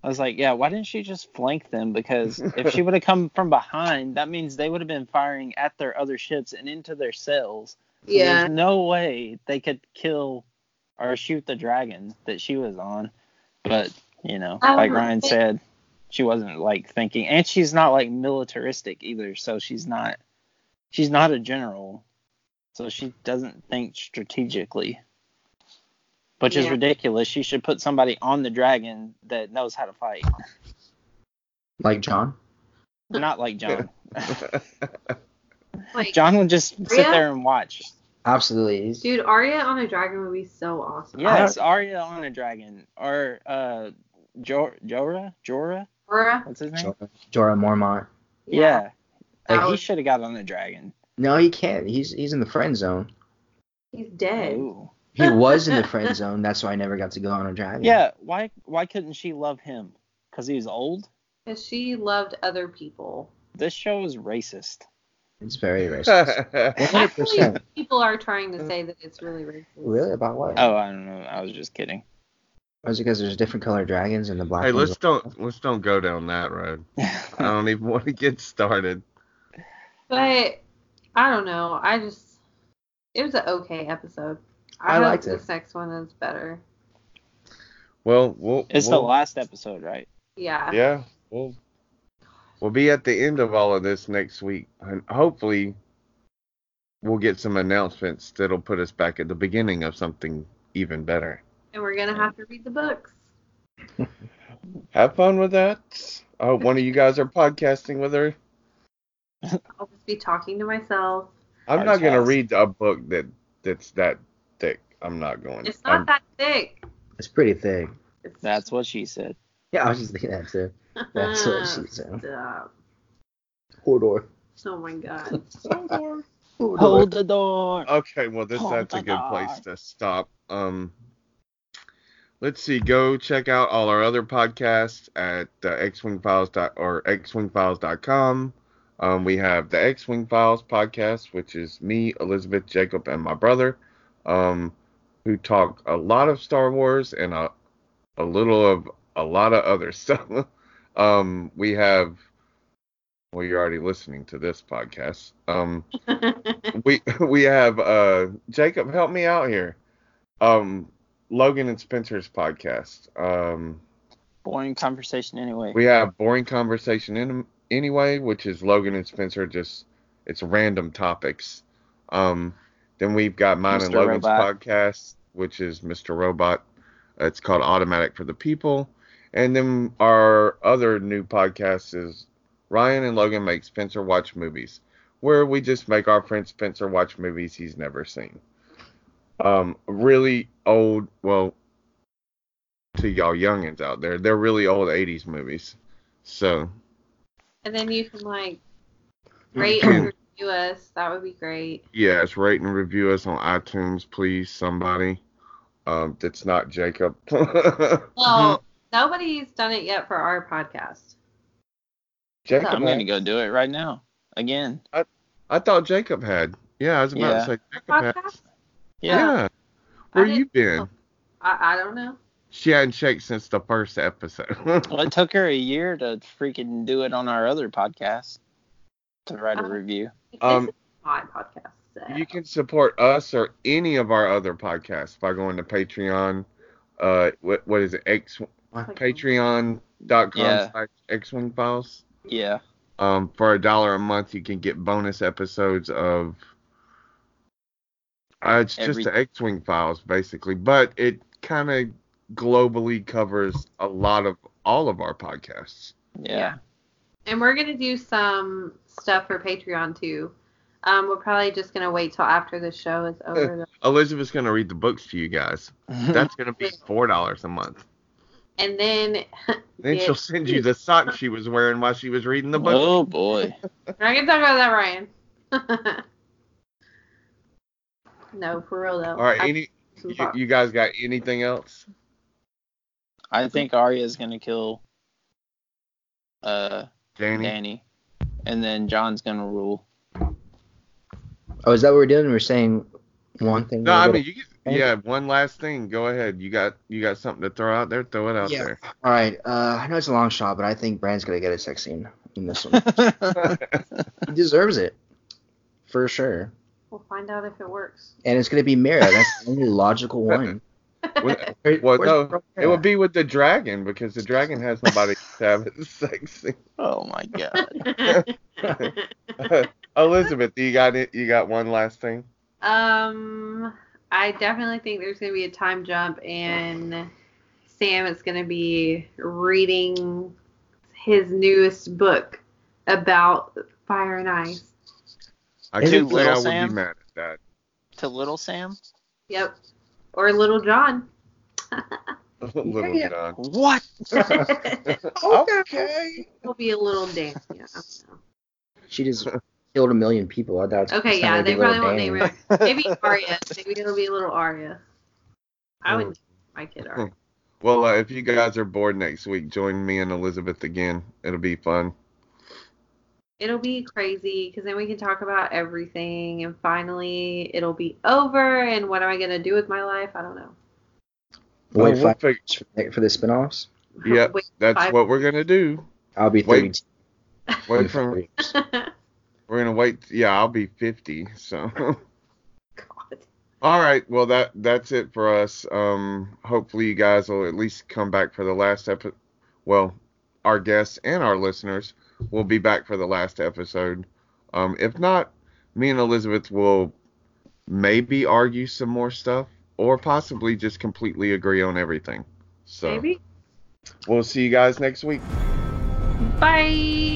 Speaker 4: I was like, yeah, why didn't she just flank them? Because if she would have come from behind, that means they would have been firing at their other ships and into their sails. So There's no way they could kill or shoot the dragon that she was on. But, you know,
Speaker 1: I
Speaker 4: like
Speaker 1: don't
Speaker 4: Ryan
Speaker 1: think-
Speaker 4: said, she wasn't like thinking and she's not like militaristic either, so she's not she's not a general. So she doesn't think strategically. Which is
Speaker 1: Yeah.
Speaker 4: ridiculous. She should put somebody on the dragon that knows how to fight.
Speaker 5: Like John.
Speaker 4: Not like John.
Speaker 1: Like,
Speaker 4: John would just sit
Speaker 1: Rhea?
Speaker 4: there and watch.
Speaker 5: Absolutely. He's-
Speaker 1: dude, Arya on a dragon would be so awesome.
Speaker 4: Yes, Arya on a dragon or uh, jo- Jorah, Jorah,
Speaker 1: Aura,
Speaker 4: what's his name?
Speaker 5: Jorah, Jorah Mormont.
Speaker 4: Yeah,
Speaker 1: That
Speaker 4: Like, he
Speaker 1: was-
Speaker 4: should have got on a dragon.
Speaker 5: No, he can't. He's he's in the friend zone.
Speaker 1: he's dead.
Speaker 4: Ooh.
Speaker 5: He was in the friend zone. That's why I never got to go on a dragon.
Speaker 4: Yeah, why why couldn't she love him? Cause he's old.
Speaker 1: Because she loved other people.
Speaker 4: This show is racist.
Speaker 5: It's very racist. 100%.
Speaker 1: Actually, people are trying to say that it's really racist.
Speaker 5: Really? About what?
Speaker 4: Oh, I don't know. I was just kidding.
Speaker 5: Was it because there's different color dragons and the black
Speaker 2: hey,
Speaker 5: ones
Speaker 2: let's don't let's don't go down that road. I don't even want to get started.
Speaker 1: But I don't know. I just it was an okay episode.
Speaker 5: I
Speaker 1: hope
Speaker 5: liked it.
Speaker 1: This next one is better.
Speaker 2: Well, we'll
Speaker 4: it's the
Speaker 2: we'll-
Speaker 4: last episode, right?
Speaker 1: Yeah.
Speaker 2: Yeah, we'll we'll be at the end of all of this next week, and hopefully we'll get some announcements that'll put us back at the beginning of something even better.
Speaker 1: And we're gonna have to read the books.
Speaker 2: Have fun with that. I hope one of you guys are podcasting with her.
Speaker 1: I'll just be talking to myself.
Speaker 2: I'm not gonna
Speaker 4: Podcast.
Speaker 2: read a book that that's that thick. I'm not going.
Speaker 1: It's not
Speaker 2: I'm-
Speaker 1: that thick.
Speaker 5: It's pretty thick.
Speaker 1: It's
Speaker 4: That's what she said.
Speaker 5: Yeah, I was just thinking that too. That's what she said.
Speaker 1: Stop.
Speaker 5: Hodor.
Speaker 1: uh, Oh my god.
Speaker 2: Oh,
Speaker 4: Hold the door.
Speaker 2: Okay, well this
Speaker 4: Oh,
Speaker 2: that's a good
Speaker 4: my
Speaker 2: place
Speaker 4: God.
Speaker 2: to stop. Um let's see, go check out all our other podcasts at uh, xwingfiles dot or xwingfiles.com. Um we have the X Wing Files podcast, which is me, Elizabeth, Jacob, and my brother. Um who talk a lot of Star Wars and a a little of a lot of other stuff. um we have well you're already listening to this podcast. Um we we have uh Jacob help me out here. Um Logan and Spencer's podcast. Um
Speaker 4: Boring conversation anyway.
Speaker 2: we have boring conversation in, anyway, which is Logan and Spencer just it's random topics. Um then we've got mine and
Speaker 4: Mr.
Speaker 2: Logan's
Speaker 4: Robot.
Speaker 2: podcast, which is Mr. Robot. It's called Automatic for the People. And then our other new podcast is Ryan and Logan make Spencer watch movies, where we just make our friend Spencer watch movies he's never seen. Um, really old, well, to y'all youngins out there, they're really old 80s movies. So,
Speaker 1: And then you can like rate and review us. That would be great.
Speaker 2: yes, rate and review us on iTunes, please, somebody. Um, that's not Jacob.
Speaker 1: Well, nobody's done it yet for our podcast.
Speaker 2: Jacob,
Speaker 4: I'm gonna go do it right now. Again.
Speaker 2: I thought Jacob had. Yeah, I was about
Speaker 4: Yeah.
Speaker 2: to say Jacob had.
Speaker 1: Podcast?
Speaker 2: Yeah.
Speaker 4: Yeah.
Speaker 2: Where
Speaker 1: I didn't
Speaker 2: you been?
Speaker 1: know. I, I don't know.
Speaker 2: She hadn't shaked since the first episode.
Speaker 4: Well, it took her a year to freaking do it on our other podcast to write a
Speaker 1: Uh,
Speaker 4: review.
Speaker 2: Um,
Speaker 1: this is my podcast. so-
Speaker 2: you can support us or any of our other podcasts by going to Patreon. Uh, what, what is it? X Patreon.com
Speaker 4: Yeah.
Speaker 2: slash X Wing Files.
Speaker 4: Yeah.
Speaker 2: Um, for a dollar a month, you can get bonus episodes of. Uh, it's just
Speaker 4: Every-
Speaker 2: the X Wing Files, basically, but it kind of globally covers a lot of all of our podcasts.
Speaker 4: Yeah.
Speaker 1: And we're gonna do some stuff for Patreon too. Um, we're probably just gonna wait till after the show is over,
Speaker 2: Elizabeth's gonna read the books to you guys. That's gonna be four dollars a month.
Speaker 1: and then
Speaker 2: Then
Speaker 1: Yeah.
Speaker 2: she'll send you the socks she was wearing while she was reading the book.
Speaker 4: oh boy.
Speaker 1: we're not gonna talk about that, Ryan. no, for real though.
Speaker 2: All right,
Speaker 1: I-
Speaker 2: any
Speaker 1: some
Speaker 2: you,
Speaker 1: thought-
Speaker 2: you guys got anything else?
Speaker 4: I think Arya's gonna kill uh
Speaker 2: Danny?
Speaker 4: Danny. And then John's gonna rule.
Speaker 5: Oh, is that what we're doing? We're saying one thing.
Speaker 2: No,
Speaker 5: or
Speaker 2: I
Speaker 5: another?
Speaker 2: mean you can, yeah, one last thing. Go ahead. You got you got something to throw out there? Throw it out
Speaker 5: Yeah.
Speaker 2: there.
Speaker 5: All right. Uh, I know it's a long shot, but I think Brand's gonna get a sex scene in this one. he deserves it, for sure.
Speaker 1: We'll find out if it works.
Speaker 5: And it's gonna be Mira. That's the only logical one.
Speaker 2: With-
Speaker 5: Where-
Speaker 2: well,
Speaker 5: where's
Speaker 2: no,
Speaker 5: Mira?
Speaker 2: it would be with the dragon because the dragon has nobody to have it sexy.
Speaker 4: oh my god.
Speaker 2: Elizabeth, you got it. You got one last thing.
Speaker 1: um, I definitely think there's gonna be a time jump, and Sam is gonna be reading his newest book about fire and ice.
Speaker 2: I
Speaker 5: Is
Speaker 4: it
Speaker 2: can't say
Speaker 4: Little
Speaker 2: I would be
Speaker 4: Sam?
Speaker 2: mad at that.
Speaker 4: to little Sam?
Speaker 1: Yep. Or Little John.
Speaker 2: Little
Speaker 5: Yeah.
Speaker 2: John.
Speaker 4: What?
Speaker 2: Okay.
Speaker 1: He'll be a little damn. Yeah. I don't
Speaker 5: She just killed a million people. I doubt.
Speaker 1: know. Okay,
Speaker 5: it's not
Speaker 1: yeah,
Speaker 5: gonna
Speaker 1: they
Speaker 5: be little
Speaker 1: probably won't
Speaker 5: Danny.
Speaker 1: name her. Maybe Arya. Maybe it'll be a little Arya. I
Speaker 5: Hmm.
Speaker 1: wouldn't name my kid Arya.
Speaker 2: Well, uh, if you guys are bored next week, join me and Elizabeth again. It'll be fun.
Speaker 1: It'll be crazy because then we can talk about everything and finally it'll be over and what am I going to do with my life? I don't know.
Speaker 5: Wait
Speaker 2: Well, we'll
Speaker 5: five
Speaker 2: fig-
Speaker 5: years for- for the spinoffs.
Speaker 2: Yep,
Speaker 1: Wait,
Speaker 2: that's
Speaker 1: five-
Speaker 2: what we're gonna do.
Speaker 5: I'll be
Speaker 2: Wait.
Speaker 5: thirty.
Speaker 2: Wait for we're gonna wait. Yeah, I'll be 50. So,
Speaker 1: God.
Speaker 2: all right. Well, that that's it for us. Um, hopefully you guys will at least come back for the last episode. Well, our guests and our listeners will be back for the last episode. Um, if not, me and Elizabeth will maybe argue some more stuff, or possibly just completely agree on everything. So
Speaker 1: Maybe.
Speaker 2: we'll see you guys next week.
Speaker 1: Bye.